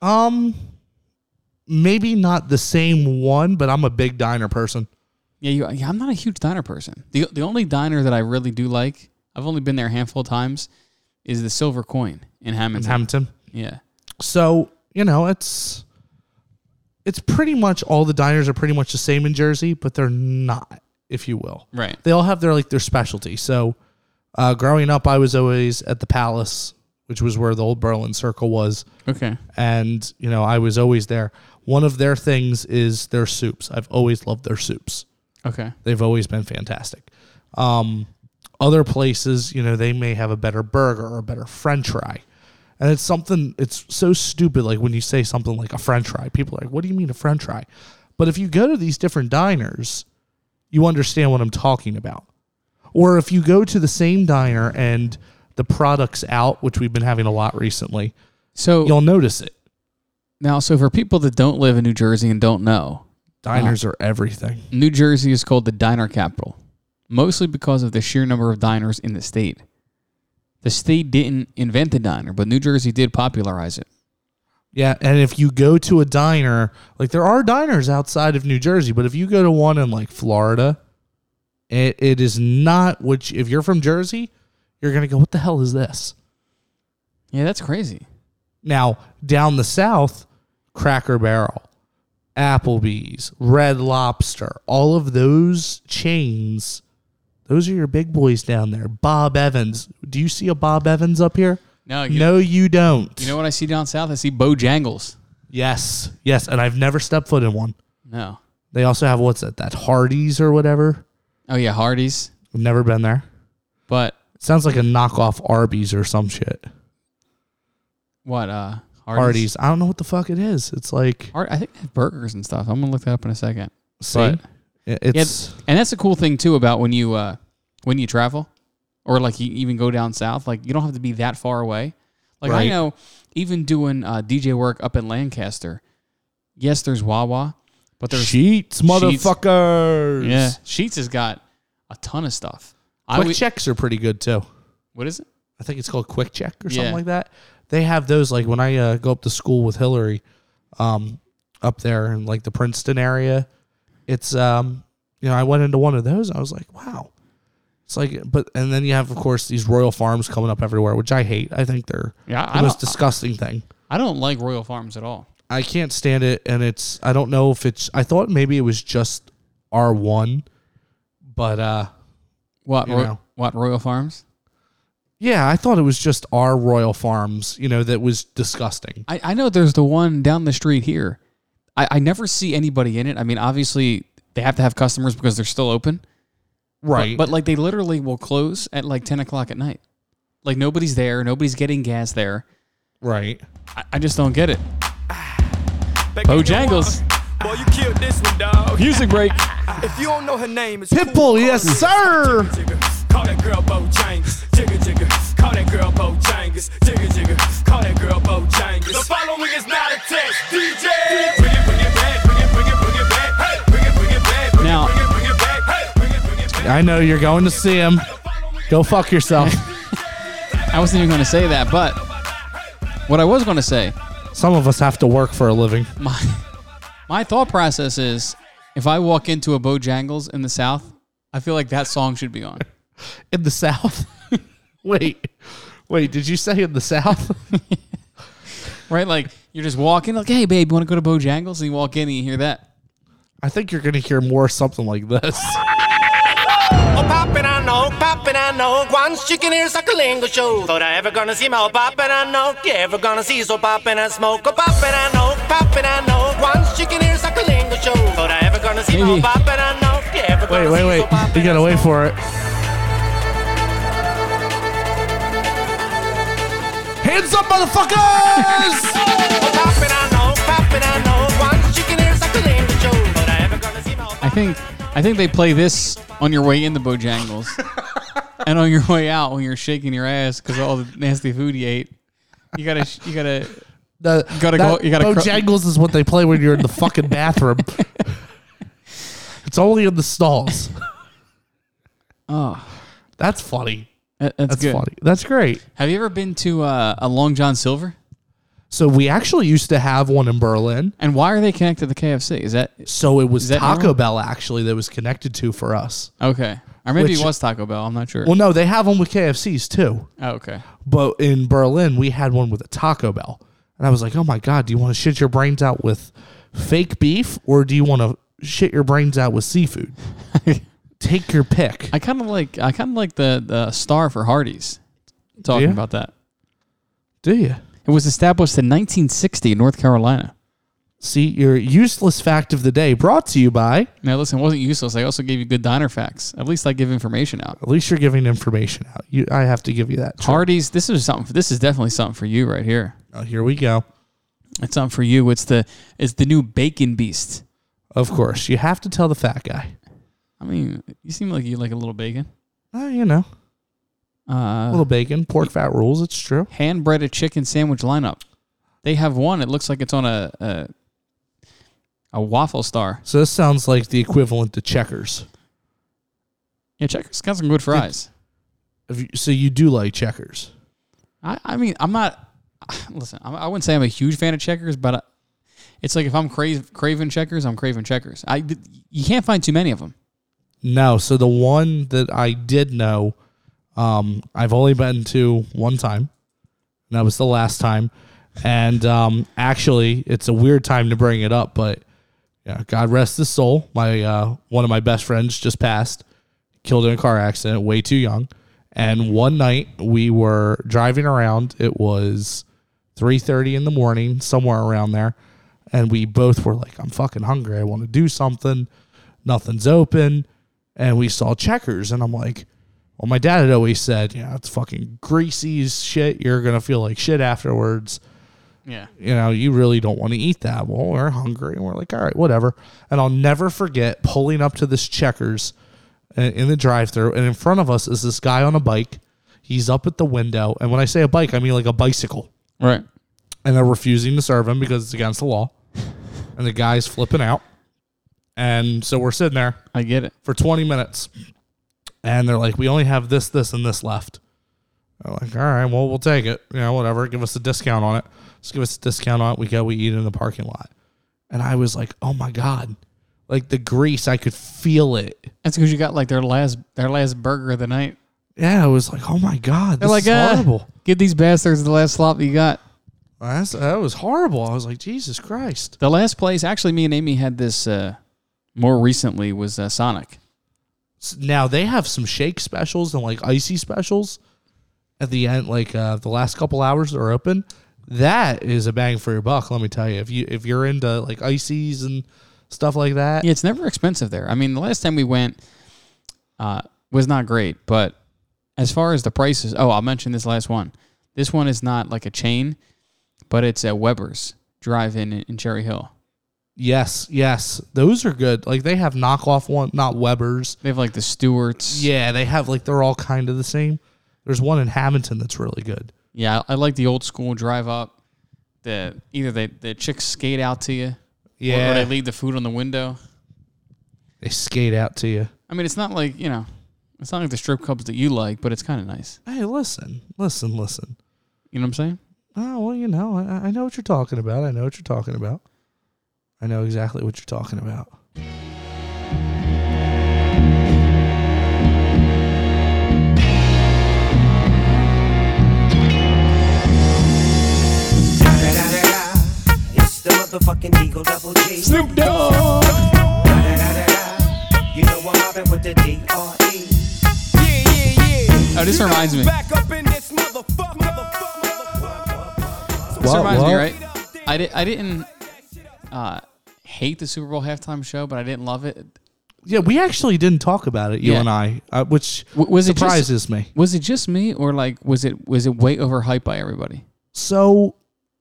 S3: Um, maybe not the same one, but I'm a big diner person.
S2: Yeah, you, yeah. I'm not a huge diner person. the The only diner that I really do like, I've only been there a handful of times, is the Silver Coin in
S3: in
S2: Hammond's.
S3: Hampton.
S2: yeah,
S3: So you know, it's it's pretty much all the diners are pretty much the same in Jersey, but they're not, if you will.
S2: right.
S3: They all have their like their specialty. So uh, growing up, I was always at the Palace, which was where the old Berlin Circle was,
S2: Okay.
S3: and you know I was always there. One of their things is their soups. I've always loved their soups.
S2: Okay.
S3: They've always been fantastic. Um, other places, you know, they may have a better burger or a better French fry. And it's something, it's so stupid. Like when you say something like a French fry, people are like, what do you mean a French fry? But if you go to these different diners, you understand what I'm talking about. Or if you go to the same diner and the product's out, which we've been having a lot recently,
S2: So
S3: you'll notice it.
S2: now, so for people that don't live in New Jersey and don't know,
S3: Diners are everything.
S2: New Jersey is called the diner capital, mostly because of the sheer number of diners in the state. The state didn't invent the diner, but New Jersey did popularize it.
S3: Yeah, and if you go to a diner, like there are diners outside of New Jersey, but if you go to one in like Florida, it, it is not what you, if you're from Jersey, you're going to go, what the hell is this?
S2: Yeah, that's crazy.
S3: Now, down the south, Cracker Barrel, Applebee's, Red Lobster, all of those chains, those are your big boys down there. Bob Evans. Do you see a Bob Evans up here?
S2: No, you,
S3: No, you don't.
S2: you know what I see down south? I see Bojangles.
S3: yes, yes, and I've never stepped foot in one.
S2: No.
S3: They also have what's that? That Hardee's or whatever.
S2: Oh yeah, Hardee's.
S3: I've never been there.
S2: But
S3: It sounds like a knockoff Arby's or some shit.
S2: what? Uh,
S3: Hardee's. I don't know what the fuck it is. It's like
S2: Har- I think they have burgers and stuff. I'm gonna look that up in a second.
S3: see,
S2: But-
S3: It-
S2: Yeah,
S3: it's
S2: and that's a cool thing too about when you uh, when you travel, or like you even go down south. Like you don't have to be that far away. Like I
S3: Right.
S2: know, even doing uh, DJ work up in Lancaster. Yes, there's Wawa, but there's
S3: sheets, motherfuckers.
S2: yeah. Sheets has got a ton of stuff. I
S3: Quick
S2: would-
S3: checks are pretty good too.
S2: what is it?
S3: I think it's called Quick Check or
S2: Yeah.
S3: something like that. They have those like when I uh, go up to school with Hillary, um, up there in like the Princeton area. It's um, you know, I went into one of those. I was like, wow. It's like, but and then you have of course these Royal Farms coming up everywhere, which I hate. I think they're
S2: Yeah,
S3: the
S2: I
S3: most
S2: don't,
S3: disgusting thing.
S2: I don't like Royal Farms at all.
S3: I can't stand it, and it's I don't know if it's. I thought maybe it was just R one, but uh,
S2: What?
S3: You
S2: Ro-
S3: know.
S2: What Royal Farms?
S3: yeah, I thought it was just our Royal Farms. You know, that was disgusting.
S2: I, I know there's the one down the street here. I, I never see anybody in it. I mean, obviously they have to have customers because they're still open.
S3: Right,
S2: But, but, like they literally will close at like ten o'clock at night. Like nobody's there, nobody's getting gas there.
S3: right.
S2: I, I just don't get it.
S6: Back in the
S2: Bojangles.
S6: wild. Boy, you killed this one, dog.
S2: Music break.
S6: If you don't know her name, it's
S3: Pitbull,
S6: Pitbull.
S3: yes, sir.
S6: Jigger, call that girl Bojangles. Jigger, jigger, call that girl Bojangles. Jigger, jigger, call that girl Bojangles. The following is not a test. DJ, bring it, bring it back, bring it, bring it, bring it back. Hey, bring it, bring it back, bring
S2: Now-
S6: it, bring it, bring it back. Hey, bring it, bring it back.
S3: I know you're going to see him.
S6: The following
S3: Go fuck yourself.
S2: I wasn't even gonna say that, but what I was gonna say,
S3: Some of us have to work for a living.
S2: my my thought process is if I walk into a Bojangles in the South, I feel like that song should be on.
S3: In the South? wait. Wait, did you say in the South?
S2: Right? Like you're just walking, like, hey babe, you wanna go to Bojangles? And you walk in and you hear that.
S3: I think you're going to hear more something like this.
S7: Oh, poppin', I know, poppin', I know. Once you can hear Socolingo show. Thought I ever gonna see my oh, poppin', I know. You ever gonna see so poppin' and smoke. Oh, poppin', I know, poppin', I know. Once you can hear Socolingo show. Thought I ever gonna see my oh,
S2: Maybe.
S7: poppin', I know. You ever
S3: Wait,
S7: gonna
S3: wait,
S7: see
S3: wait.
S7: so poppin'
S3: You
S7: and
S3: gotta wait
S7: smoke.
S3: for it. Hands up, motherfuckers!
S7: Oh, poppin', I know, poppin', I know. Once you can hear Socolingo show. Thought I ever gonna see my oh,
S2: I think I think they play this on your way into Bojangles, and on your way out when you're shaking your ass because all the nasty food you ate. You gotta, sh- you gotta.
S3: The,
S2: Gotta go- you gotta cro-
S3: Bojangles is what they play when you're in the fucking bathroom. it's only in the stalls.
S2: Oh,
S3: That's funny.
S2: that- that's,
S3: That's
S2: good.
S3: funny. That's great.
S2: Have you ever been to uh, a Long John Silver?
S3: So we actually used to have one in Berlin.
S2: And why are they connected to KFC? Is that
S3: So it was
S2: Is that
S3: Taco
S2: normal?
S3: Bell actually that was connected to for us.
S2: okay? Or maybe
S3: Which-
S2: it was Taco Bell. I'm not sure.
S3: Well, no, they have one with KFCs too.
S2: oh, okay.
S3: But in Berlin, we had one with a Taco Bell. And I was like, oh my God, do you want to shit your brains out with fake beef or do you want to shit your brains out with seafood? Take your pick.
S2: I kind of like I kind of like the the star for Hardee's. Talking
S3: Yeah?
S2: about that,
S3: do you?
S2: it was established in 1960 in North Carolina.
S3: See, your useless fact of the day brought to you by,
S2: Now listen, it wasn't useless. I also gave you good diner facts. At least I give information out.
S3: at least you're giving information out. You, I have to give you that.
S2: Hardee's. This is something. For, this is definitely something for you right here.
S3: Oh, here we go.
S2: It's something for you. It's the it's the new bacon beast.
S3: Of course, you have to tell the fat guy.
S2: I mean, you seem like you like a little bacon.
S3: Oh, you know,
S2: Uh,
S3: a little bacon, pork fat rules. It's true.
S2: hand breaded chicken sandwich lineup. They have one. It looks like it's on a a, a waffle star.
S3: So this sounds like the equivalent to Checkers.
S2: Yeah, Checkers got some good fries.
S3: If you, so you do like Checkers?
S2: I, I mean, I'm not. Listen, I'm- I wouldn't say I'm a huge fan of Checkers, but I, it's like if I'm cra- craving Checkers, I'm craving Checkers. I you can't find too many of them.
S3: No. So the one that I did know, um, I've only been to one time, and that was the last time. And um, actually, it's a weird time to bring it up, but yeah, God rest his soul. My uh, one of my best friends just passed, killed in a car accident, way too young. And one night we were driving around. It was three thirty in the morning, somewhere around there, and we both were like, "I'm fucking hungry. I want to do something. Nothing's open." And we saw Checkers, and I'm like, "Well, my dad had always said, yeah, it's fucking greasy as shit. You're gonna feel like shit afterwards."
S2: Yeah.
S3: you know, you really don't want to eat that. Well, we're hungry and we're like, all right, whatever. And I'll never forget pulling up to this checkers uh, in the drive through and in front of us is this guy on a bike. He's up at the window. And when I say a bike, I mean like a bicycle.
S2: Right.
S3: And they're refusing to serve him because it's against the law. And the guy's flipping out. And so we're sitting there
S2: I get it.
S3: for 20 minutes. And they're like, we only have this, this, and this left. I'm like, all right, well, we'll take it. You know, whatever. Give us a discount on it. Just give us a discount on it. We go, we eat in the parking lot. And I was like, oh my God. Like the grease, I could feel it.
S2: That's because you got like their last their last burger of the night.
S3: Yeah, I was like, oh my God.
S2: They're
S3: This
S2: like,
S3: is
S2: "Ah,
S3: horrible.
S2: Give these bastards the last slop that you got.
S3: That's, that was horrible. I was like, Jesus Christ.
S2: The last place, actually, me and Amy had this uh, more recently was uh, Sonic.
S3: S- Now they have some shake specials and like icy specials at the end, like uh, the last couple hours they're open. That is a bang for your buck, let me tell you. If you if you're into like ices and stuff like that,
S2: Yeah, it's never expensive there. I mean, the last time we went uh, was not great, but as far as the prices, oh, I'll mention this last one. This one is not like a chain, but it's at Weber's Drive-In in Cherry Hill.
S3: yes, yes, those are good. Like they have knockoff one, not Weber's.
S2: They have like the Stewart's.
S3: Yeah, they have like they're all kind of the same. There's one in Hamilton that's really good.
S2: yeah. I I like the old school drive up. The either they the chicks skate out to you, or,
S3: Yeah,
S2: or they
S3: they,
S2: leave the food on the window.
S3: skate out to you.
S2: I mean, it's not like you know, it's not like the strip clubs that you like, but it's kind of nice.
S3: Hey, listen, listen, listen.
S2: You know what I'm saying?
S3: Oh well, you know, I, I know what you're talking about. I know what you're talking about. I know exactly what you're talking about.
S8: It's the motherfucking Eagle Double G. Snoop Dogg. You know I'm mobbing with the D R E.
S2: No, Oh, this reminds me.
S6: Back up in this motherfucker. motherfucker.
S2: This
S3: What,
S2: reminds me,
S3: what?
S2: right? I, di- I didn't uh, hate the Super Bowl halftime show, but I didn't love it.
S3: Yeah, we actually didn't talk about it, you
S2: Yeah.
S3: and I, uh, which
S2: W- was it just-
S3: surprises me.
S2: Was it just me, or like was it was it way overhyped by everybody?
S3: So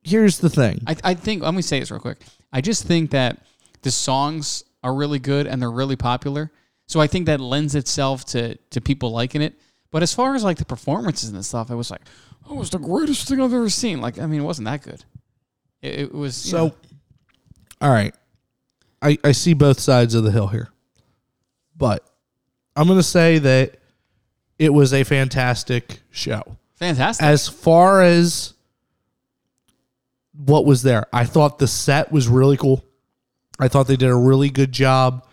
S3: here's the thing.
S2: I, I think let me say this real quick. I just think that the songs are really good and they're really popular. So I think that lends itself to to people liking it. But as far as like the performances and stuff, it was like, oh, it was the greatest thing I've ever seen. Like, I mean, it wasn't that good. It, it was you
S3: So,
S2: know,
S3: all right, I I see both sides of the hill here, but I'm gonna say that it was a fantastic show.
S2: fantastic.
S3: As far as what was there, I thought the set was really cool. I thought they did a really good job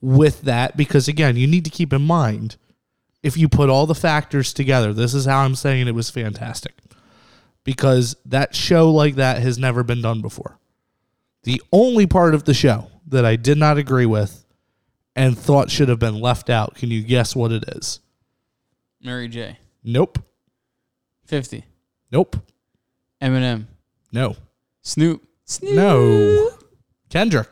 S3: with that because, again, you need to keep in mind if you put all the factors together, this is how I'm saying it was fantastic because that show like that has never been done before. The only part of the show that I did not agree with and thought should have been left out, can you guess what it is?
S2: Mary J.
S3: Nope.
S2: Fifty.
S3: Nope.
S2: Eminem.
S3: No.
S2: Snoop. Snoop.
S3: No. Kendrick.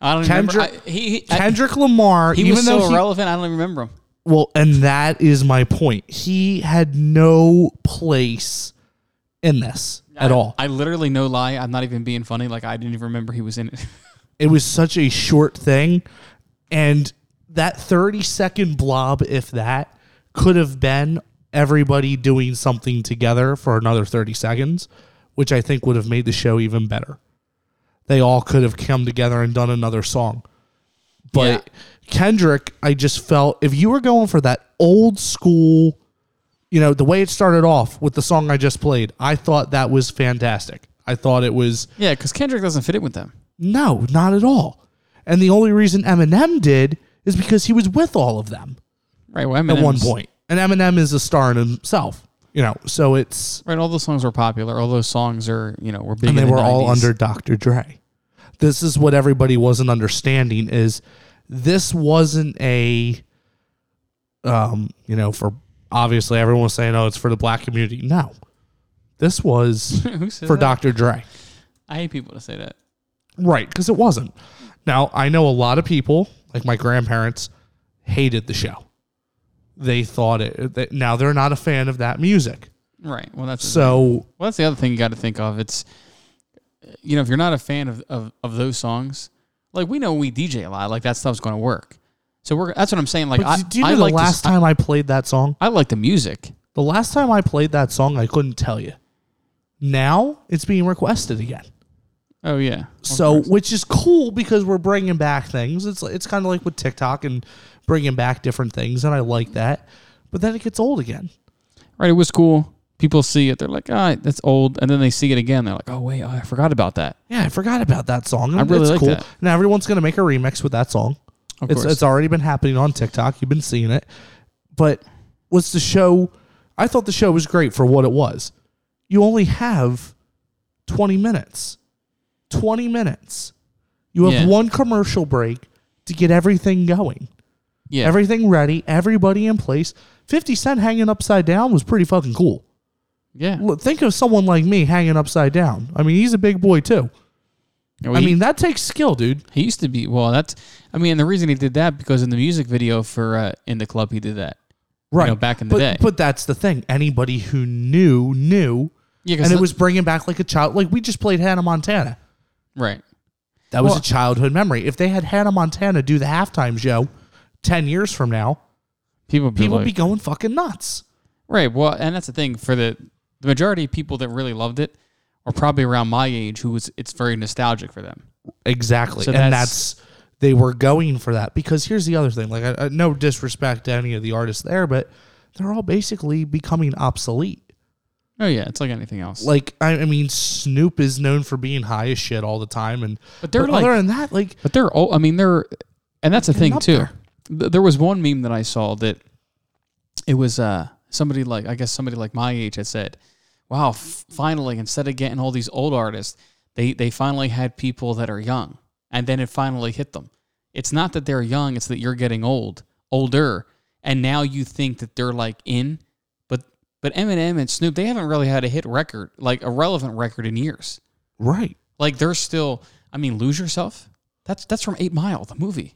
S2: I don't even remember.
S3: Kendrick-
S2: I, he he,
S3: Kendrick Lamar,
S2: I, he
S3: even
S2: was
S3: though
S2: so
S3: he,
S2: irrelevant. I don't even remember him.
S3: well, and that is my point. He had no place in this at all.
S2: I literally no lie. I'm not even being funny. Like I didn't even remember he was in it.
S3: it was such a short thing, and that thirty second blob, if that, could have been everybody doing something together for another thirty seconds, which I think would have made the show even better. They all could have come together and done another song. But Kendrick, I just felt if you were going for that old school, you know, the way it started off with the song I just played, I thought that was fantastic. I thought it was
S2: yeah, because Kendrick doesn't fit in with them.
S3: no, not at all. And the only reason Eminem did is because he was with all of them
S2: Right. Well,
S3: at one
S2: Eminem's-
S3: point. And Eminem is a star in himself, you know. So it's
S2: Right, all those songs were popular. All those songs are, you know, were big.
S3: and they
S2: in the
S3: were all
S2: 90s.
S3: under Dr. Dre. This is what everybody wasn't understanding is this wasn't a um, you know, for obviously everyone was saying, Oh, it's for the black community. No. This was
S2: Who said
S3: for
S2: that?
S3: Dr. Dre.
S2: I hate people to say that.
S3: Right, because it wasn't. Now, I know a lot of people, like my grandparents, hated the show. They thought it. They, now they're not a fan of that music.
S2: Right. Well, that's
S3: So,
S2: well, that's the other thing you got to think of. It's, you know, if you're not a fan of, of, of those songs, like we know we DJ a lot, like that stuff's going to work. So we're that's what I'm saying. Like,
S3: but
S2: I,
S3: do you
S2: I
S3: know the
S2: like this-
S3: last time I played that song?
S2: I, I like the music.
S3: The last time I played that song, I couldn't tell you. Now it's being requested again.
S2: Oh yeah.
S3: So, which is cool because we're bringing back things. It's it's kind of like with TikTok and bringing back different things, and I like that. But then it gets old again.
S2: Right. It was cool. People see it. They're like, ah, that's old. And then they see it again. They're like, oh wait, oh, I forgot about that.
S3: Yeah, I forgot about that song. I
S2: really
S3: it's
S2: like
S3: cool.
S2: that.
S3: Now everyone's gonna make a remix with that song.
S2: Of
S3: it's
S2: course.
S3: it's already been happening on TikTok. You've been seeing it. But was the show I thought the show was great for what it was. You only have 20 minutes. 20 minutes. You have
S2: Yeah.
S3: one commercial break to get everything going.
S2: yeah.
S3: Everything ready, everybody in place. 50 Cent hanging upside down was pretty fucking cool.
S2: yeah.
S3: Look, Think of someone like me hanging upside down. I mean, he's a big boy too.
S2: Well,
S3: I
S2: he-
S3: mean, that takes skill, dude.
S2: He used to be well. That's I mean, the reason he did that because in the music video for uh, in the club he did that.
S3: Right.
S2: know, back in the
S3: but,
S2: day.
S3: But that's the thing. Anybody who knew, knew.
S2: Yeah, 'cause
S3: And it
S2: the-
S3: was bringing back like a child. Like we just played Hannah Montana.
S2: Right.
S3: That was
S2: Well-
S3: a childhood memory. If they had Hannah Montana do the halftime show 10 years from now,
S2: People be
S3: people
S2: like-
S3: would be going fucking nuts.
S2: right. Well, and that's the thing for the the majority of people that really loved it are probably around my age who was it's very nostalgic for them.
S3: Exactly.
S2: So
S3: and
S2: that's-
S3: that's, they were going for that because here's the other thing. Like, I, I, no disrespect to any of the artists there, but they're all basically becoming obsolete.
S2: Oh yeah, it's like anything else.
S3: Like, I, I mean, Snoop is known for being high as shit all the time. And,
S2: But they're like-
S3: other than that, like,
S2: But they're old. I mean, they're, and that's the thing
S3: up
S2: too.
S3: there.
S2: Th- There was one meme that I saw that it was uh somebody like I guess somebody like my age had said, "Wow, f- finally instead of getting all these old artists, they they finally had people that are young." And then it finally hit them. It's not that they're young; it's that you're getting old, older, and now you think that they're like in But Eminem and Snoop, they haven't really had a hit record, like a relevant record in years.
S3: Right.
S2: Like they're still, I mean, Lose Yourself. That's that's from Eight Mile, the movie.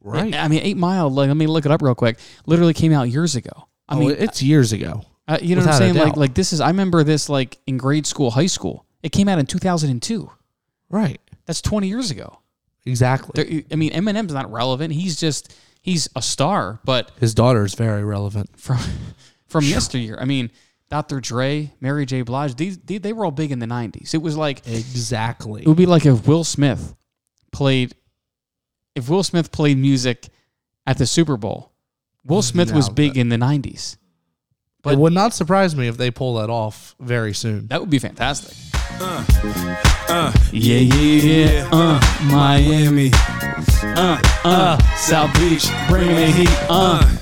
S3: Right.
S2: I mean, Eight Mile. Like, let me look it up real quick. Literally came out years ago. I
S3: oh,
S2: mean,
S3: it's years ago.
S2: uh, you know what I'm
S3: without a
S2: saying? Like,
S3: doubt.
S2: like this is. I remember this like in grade school, high school. It came out in 2002.
S3: Right.
S2: That's 20 years ago.
S3: Exactly.
S2: There, I mean, Eminem's not relevant. He's just he's a star, but
S3: His daughter is very relevant.
S2: from from yesteryear. I mean, Dr. Dre, Mary J. Blige, these they, they were all big in the 90s. It was like it
S3: Exactly.
S2: would be like if Will Smith played if Will Smith played music at the Super Bowl. Will Smith was
S3: No,
S2: big in the 90s.
S3: But it would not surprise me if they pull that off very soon.
S2: That would be fantastic. Uh, yeah, yeah, yeah. Uh, Miami. Uh, uh, South Beach. Bring the heat. Uh,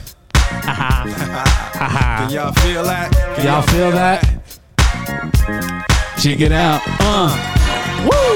S9: Y'all feel that?
S3: Y'all feel that?
S2: check it out. Uh.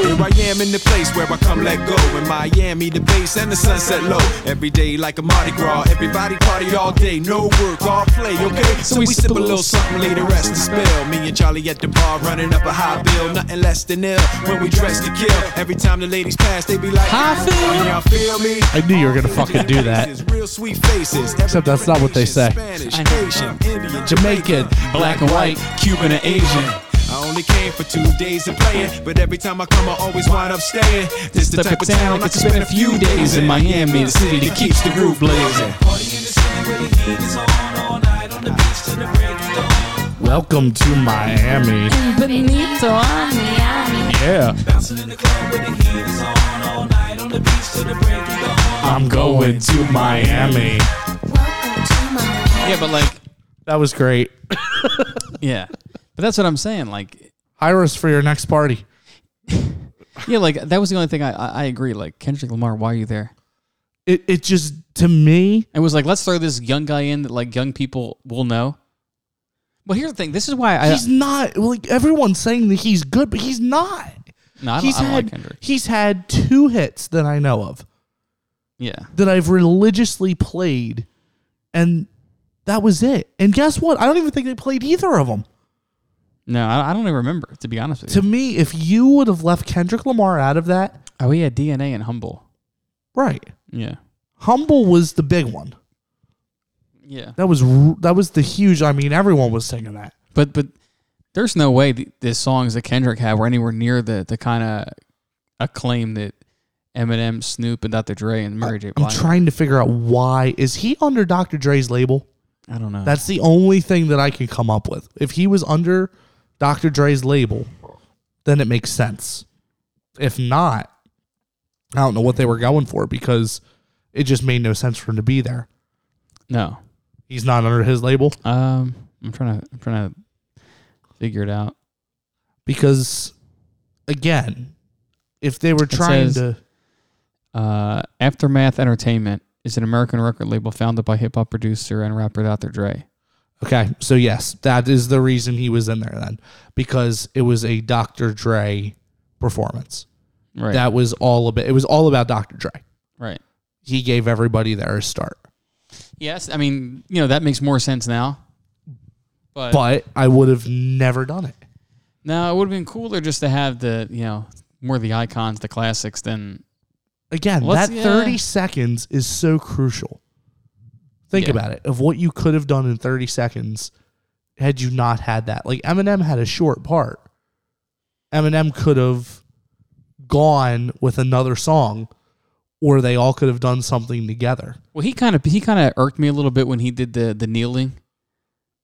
S9: Here I am in the place where I come let go. In Miami, the bass and the sunset low. Every day like a Mardi Gras. Everybody party all day. No work, all play, okay? So we sip a little something, lay the rest to spill. Me and Charlie at the bar running up a high bill. Nothing less than ill when we dress to kill. Every time the ladies pass, they be like,
S2: High feel.
S9: Y'all feel me?
S3: I knew you were gonna fucking do that.
S9: Real sweet faces.
S3: Except that's not what they say.
S9: Spanish,
S2: I know.
S9: Asian, Indian,
S3: Jamaican,
S2: black and white, Cuban and Asian.
S9: I only came for two days of playing, but every time I come, I always wind up staying. This the type of town I could spend a few days in Miami, the city that keeps the groove blazing.
S3: Welcome to Miami. Yeah. I'm going to Miami.
S2: Yeah, but like,
S3: That was great.
S2: yeah. But that's what I'm saying. Like,
S3: Hire us for your next party.
S2: yeah, like that was the only thing I, I, I agree. Like, Kendrick Lamar, why are you there?
S3: It it just to me
S2: It was like, let's throw this young guy in that like young people will know. But here's the thing. This is why I,
S3: he's not like everyone's saying that he's good, but he's not.
S2: no, I, don't-
S3: he's
S2: I don't
S3: had
S2: like Kendrick.
S3: he's had two hits that I know of
S2: Yeah.
S3: that I've religiously played, and that was it. And guess what? I don't even think they played either of them.
S2: No, I, I don't even remember, to be honest with
S3: To
S2: you.
S3: me, if you would have left Kendrick Lamar out of that,
S2: Oh, we had DNA and Humble.
S3: right?
S2: Yeah.
S3: Humble was the big one.
S2: Yeah.
S3: That was r- that was the huge. I mean, everyone was singing that.
S2: But, but there's no way the, the songs that Kendrick had were anywhere near the, the kind of acclaim that Eminem, Snoop, and Dr. Dre and Mary J.
S3: I'm
S2: Blige.
S3: trying to figure out why is he under Dr. Dre's label?
S2: I don't know.
S3: That's the only thing that I can come up with. If he was under Dr. Dre's label, then it makes sense. If not, I don't know what they were going for because it just made no sense for him to be there.
S2: no.
S3: He's not under his label
S2: Um, I'm trying to I'm trying to figure it out.
S3: because, again, if they were trying
S2: says-
S3: to,
S2: Uh, Aftermath Entertainment is an American record label founded by hip hop producer and rapper Dr. Dre.
S3: okay, so yes, that is the reason he was in there then because it was a Dr. Dre performance.
S2: Right.
S3: That was all about. It was all about Dr. Dre.
S2: right.
S3: He gave everybody there a start.
S2: Yes, I mean you know that makes more sense now. But,
S3: but I would have never done it.
S2: now it would have been cooler just to have the you know more the icons, the classics than
S3: Again,
S2: Let's-
S3: that
S2: yeah.
S3: 30 seconds is so crucial. Think
S2: Yeah.
S3: about it of what you could have done in 30 seconds had you not had that. Like Eminem had a short part. Eminem could have gone with another song or they all could have done something together.
S2: well he kind of he kind of irked me a little bit when he did the the kneeling.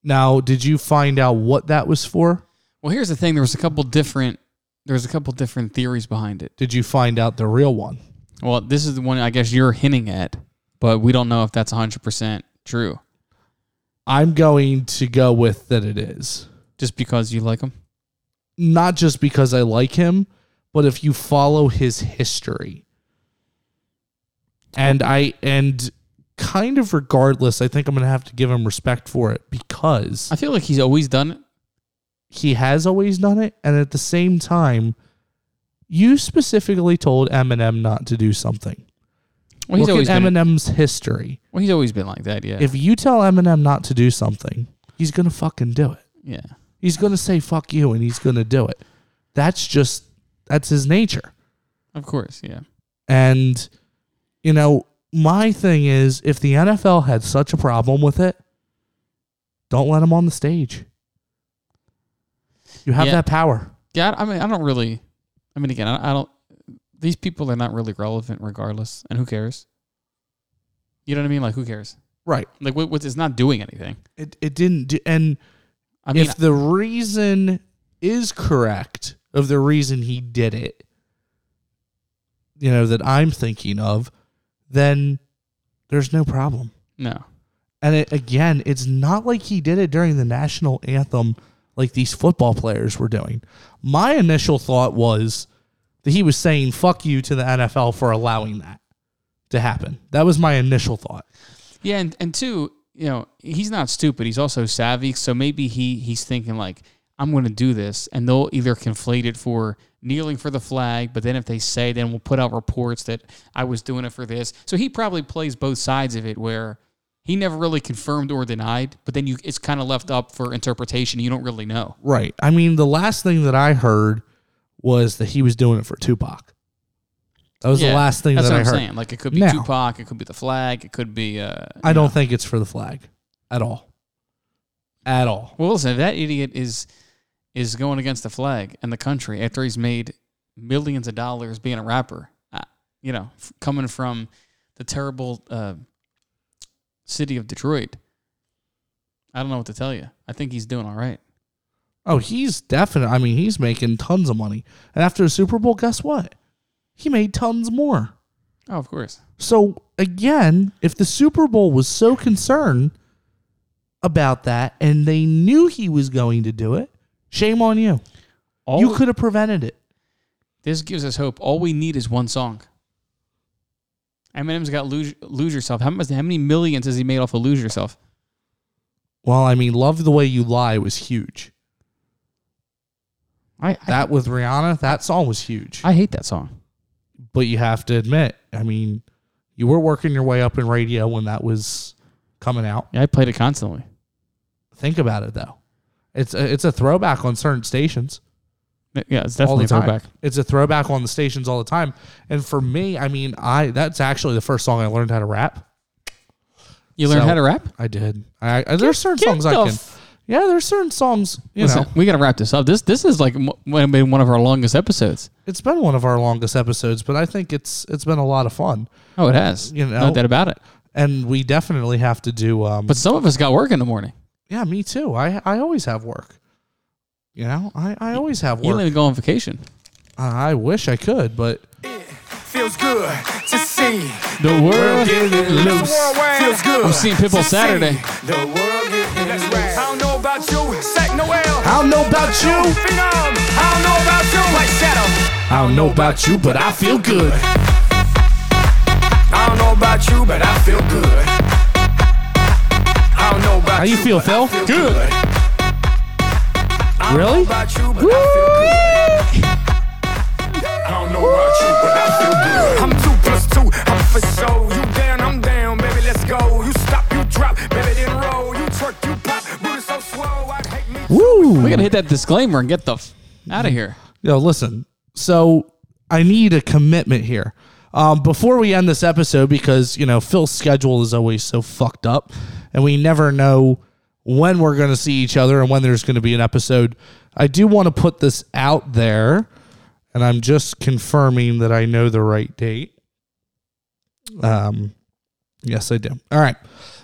S3: Now, did you find out what that was for?
S2: Well, here's the thing: there was a couple different there was a couple different theories behind it.
S3: Did you find out the real one?
S2: Well, this is the one I guess you're hinting at, but we don't know if that's 100 percent true.
S3: I'm going to go with that it is.
S2: Just because you like him.
S3: not just because I like him, but if you follow his history. And I and kind of regardless, I think I'm gonna have to give him respect for it because
S2: I feel like he's always done it.
S3: he has always done it, and at the same time, you specifically told Eminem not to do something.
S2: Well, he's
S3: Look
S2: always
S3: at
S2: been.
S3: Eminem's history.
S2: Well, he's always been like that. Yeah.
S3: If you tell Eminem not to do something, he's gonna fucking do it.
S2: Yeah.
S3: He's gonna say fuck you and he's gonna do it. That's just that's his nature.
S2: Of course. Yeah.
S3: And you know, my thing is if the NFL had such a problem with it, don't let him on the stage. You have
S2: Yeah.
S3: that power.
S2: Yeah. I I mean, I don't really. I mean, again, I, I don't. These people are not really relevant, regardless, and who cares? You know what I mean? Like, who cares?
S3: Right.
S2: Like, what? what it's not doing anything.
S3: It it didn't do and
S2: I mean,
S3: if the reason is correct of the reason he did it, you know, that I'm thinking of, then there's no problem.
S2: no.
S3: And it, again, it's not like he did it during the national anthem like these football players were doing. My initial thought was that he was saying fuck you to the NFL for allowing that to happen. That was my initial thought.
S2: Yeah, and, and two, you know, he's not stupid. He's also savvy. So maybe he he's thinking like, I'm going to do this, and they'll either conflate it for kneeling for the flag, but then if they say, then we'll put out reports that I was doing it for this. So he probably plays both sides of it, where he never really confirmed or denied, but then you it's kind of left up for interpretation. You don't really know.
S3: Right. I mean, the last thing that I heard was that he was doing it for Tupac. That was the last thing
S2: that's
S3: that
S2: what
S3: I
S2: am
S3: heard.
S2: saying. Like it could be
S3: Now-
S2: Tupac, it could be the flag, it could be. Uh,
S3: I don't think it's for the flag at all. At all.
S2: Well, listen, if that idiot is is going against the flag and the country after he's made millions of dollars being a rapper, uh, you know, f- coming from the terrible uh, city of Detroit. I don't know what to tell you. I think he's doing all right.
S3: Oh, he's definite. I mean, he's making tons of money. And after the Super Bowl, guess what? He made tons more.
S2: Oh, of course.
S3: So again, if the Super Bowl was so concerned about that and they knew he was going to do it, shame on you.
S2: All
S3: you could have prevented it.
S2: This gives us hope. All we need is one song. Eminem's got lose, lose yourself. How much? How many millions has he made off of Lose Yourself?
S3: Well, I mean, Love the Way You Lie was huge.
S2: I I,
S3: That with Rihanna, that song was huge.
S2: I hate that song.
S3: but you have to admit, I mean, you were working your way up in radio when that was coming out.
S2: Yeah, I played it constantly.
S3: Think about it though. It's a, it's a throwback on certain stations.
S2: Yeah, it's
S3: all
S2: definitely
S3: the
S2: a
S3: time.
S2: throwback.
S3: It's a throwback on the stations all the time. And for me, I mean, I that's actually the first song I learned how to rap.
S2: You learned
S3: So-
S2: how to rap?
S3: I did. I, I there's certain
S2: get
S3: songs I
S2: the
S3: can.
S2: f-
S3: yeah, there's certain songs. You
S2: Listen,
S3: know,
S2: we got to wrap this up. This this is like m- been one of our longest episodes.
S3: it's been one of our longest episodes, but I think it's it's been a lot of fun,
S2: Oh, it has.
S3: You know.
S2: no doubt about it.
S3: and we definitely have to do. Um,
S2: But some of us got work in the morning.
S3: yeah, me too. I I always have work. You know, I, I always have
S2: You didn't
S3: work.
S2: even go on vacation.
S3: I I wish I could, but
S9: Feels good to see.
S2: The world is
S9: Feels good.
S2: I'm seeing Pitbull Saturday.
S9: The world getting That's right. I don't know about you, Sack Noel.
S3: I don't know about you.
S9: Phenom. I don't know about you, White Shadow.
S3: I don't know about you, but I feel good.
S9: I don't know about you, but I feel good. I don't know about
S3: How you feel,
S9: but I
S3: Phil? Good.
S9: I don't
S3: Really?
S9: know about you, but I feel good. I don't know about you, but I feel good. I'm two plus two, I'm for sure. You down, I'm down, baby, let's go. You stop, you drop, baby, then roll. You twerk, you pop, booty so swole, I'd hate me.
S3: Woo!
S2: We got to hit that disclaimer and get the f- out
S3: Mm-hmm.
S2: of here.
S3: Yo, listen. So I need a commitment here. Um, before we end this episode, because you know Phil's schedule is always so fucked up, and we never know when we're going to see each other and when there's going to be an episode. I do want to put this out there, and I'm just confirming that I know the right date. Um, yes, I do. All right.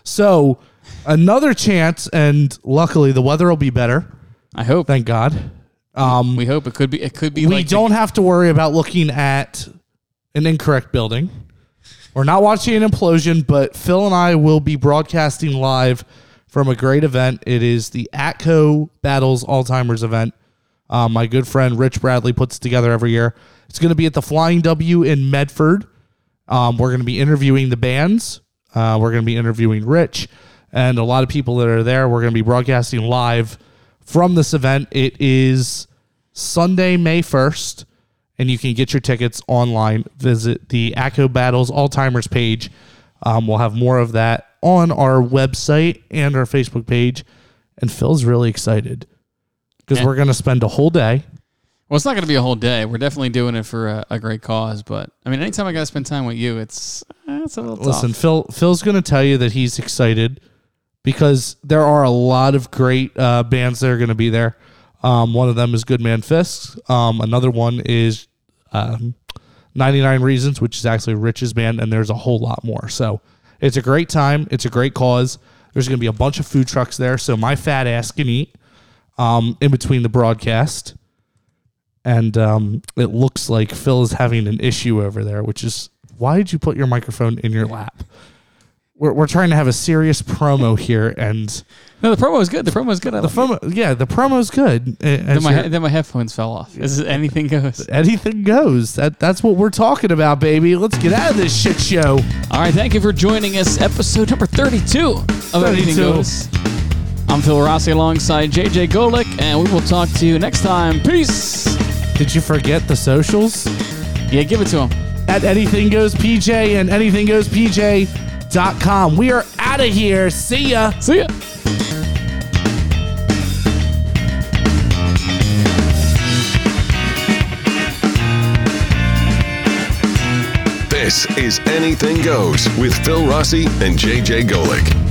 S3: So another chance, and luckily the weather will be better.
S2: I hope.
S3: Thank God. Um,
S2: We hope it could be. It could be.
S3: we
S2: like the-
S3: don't have to worry about looking at an incorrect building. We're not watching an implosion, but Phil and I will be broadcasting live from a great event. It is the ATCO Battles Alzheimer's event. Uh, my good friend Rich Bradley puts it together every year. It's going to be at the Flying W in Medford. Um, we're going to be interviewing the bands. Uh, we're going to be interviewing Rich and a lot of people that are there. We're going to be broadcasting live from this event. It is Sunday, May 1st, and you can get your tickets online. Visit the ACO Battles Alzheimer's page. Um, we'll have more of that on our website and our Facebook page and Phil's really excited because
S2: Yeah.
S3: we're going to spend a whole day.
S2: Well, it's not going to be a whole day. We're definitely doing it for a, a great cause, but I mean, anytime I got to spend time with you, it's uh, it's a little
S3: Listen,
S2: tough.
S3: Phil Phil's going to tell you that he's excited because there are a lot of great uh, bands that are going to be there. Um, one of them is Good Man Fists. Um, another one is um, 99 Reasons, which is actually Rich's band, and there's a whole lot more. So it's a great time. It's a great cause. There's going to be a bunch of food trucks there, so my fat ass can eat um, in between the broadcast. And um, it looks like Phil is having an issue over there, which is why did you put your microphone in your lap? We're, we're trying to have a serious promo here, and
S2: No, the promo is good. The promo is good. I
S3: the
S2: like it.
S3: promo, yeah, the promo's good. And- and
S2: then, my,
S3: you're-
S2: he- then my headphones fell off. This is anything goes.
S3: anything goes. That that's what we're talking about, baby. Let's get out of this shit show.
S2: All right, thank you for joining us. Episode number 32 of Everything
S3: 32.
S2: Goes. I'm Phil Rossi alongside JJ Golick, and we will talk to you next time. Peace.
S3: Did you forget the socials?
S2: Yeah, give it to him.
S3: At anything goes PJ and anything goes PJ.com. We are out of here. See ya.
S2: See ya.
S1: This is Anything Goes with Phil Rossi and JJ Golick.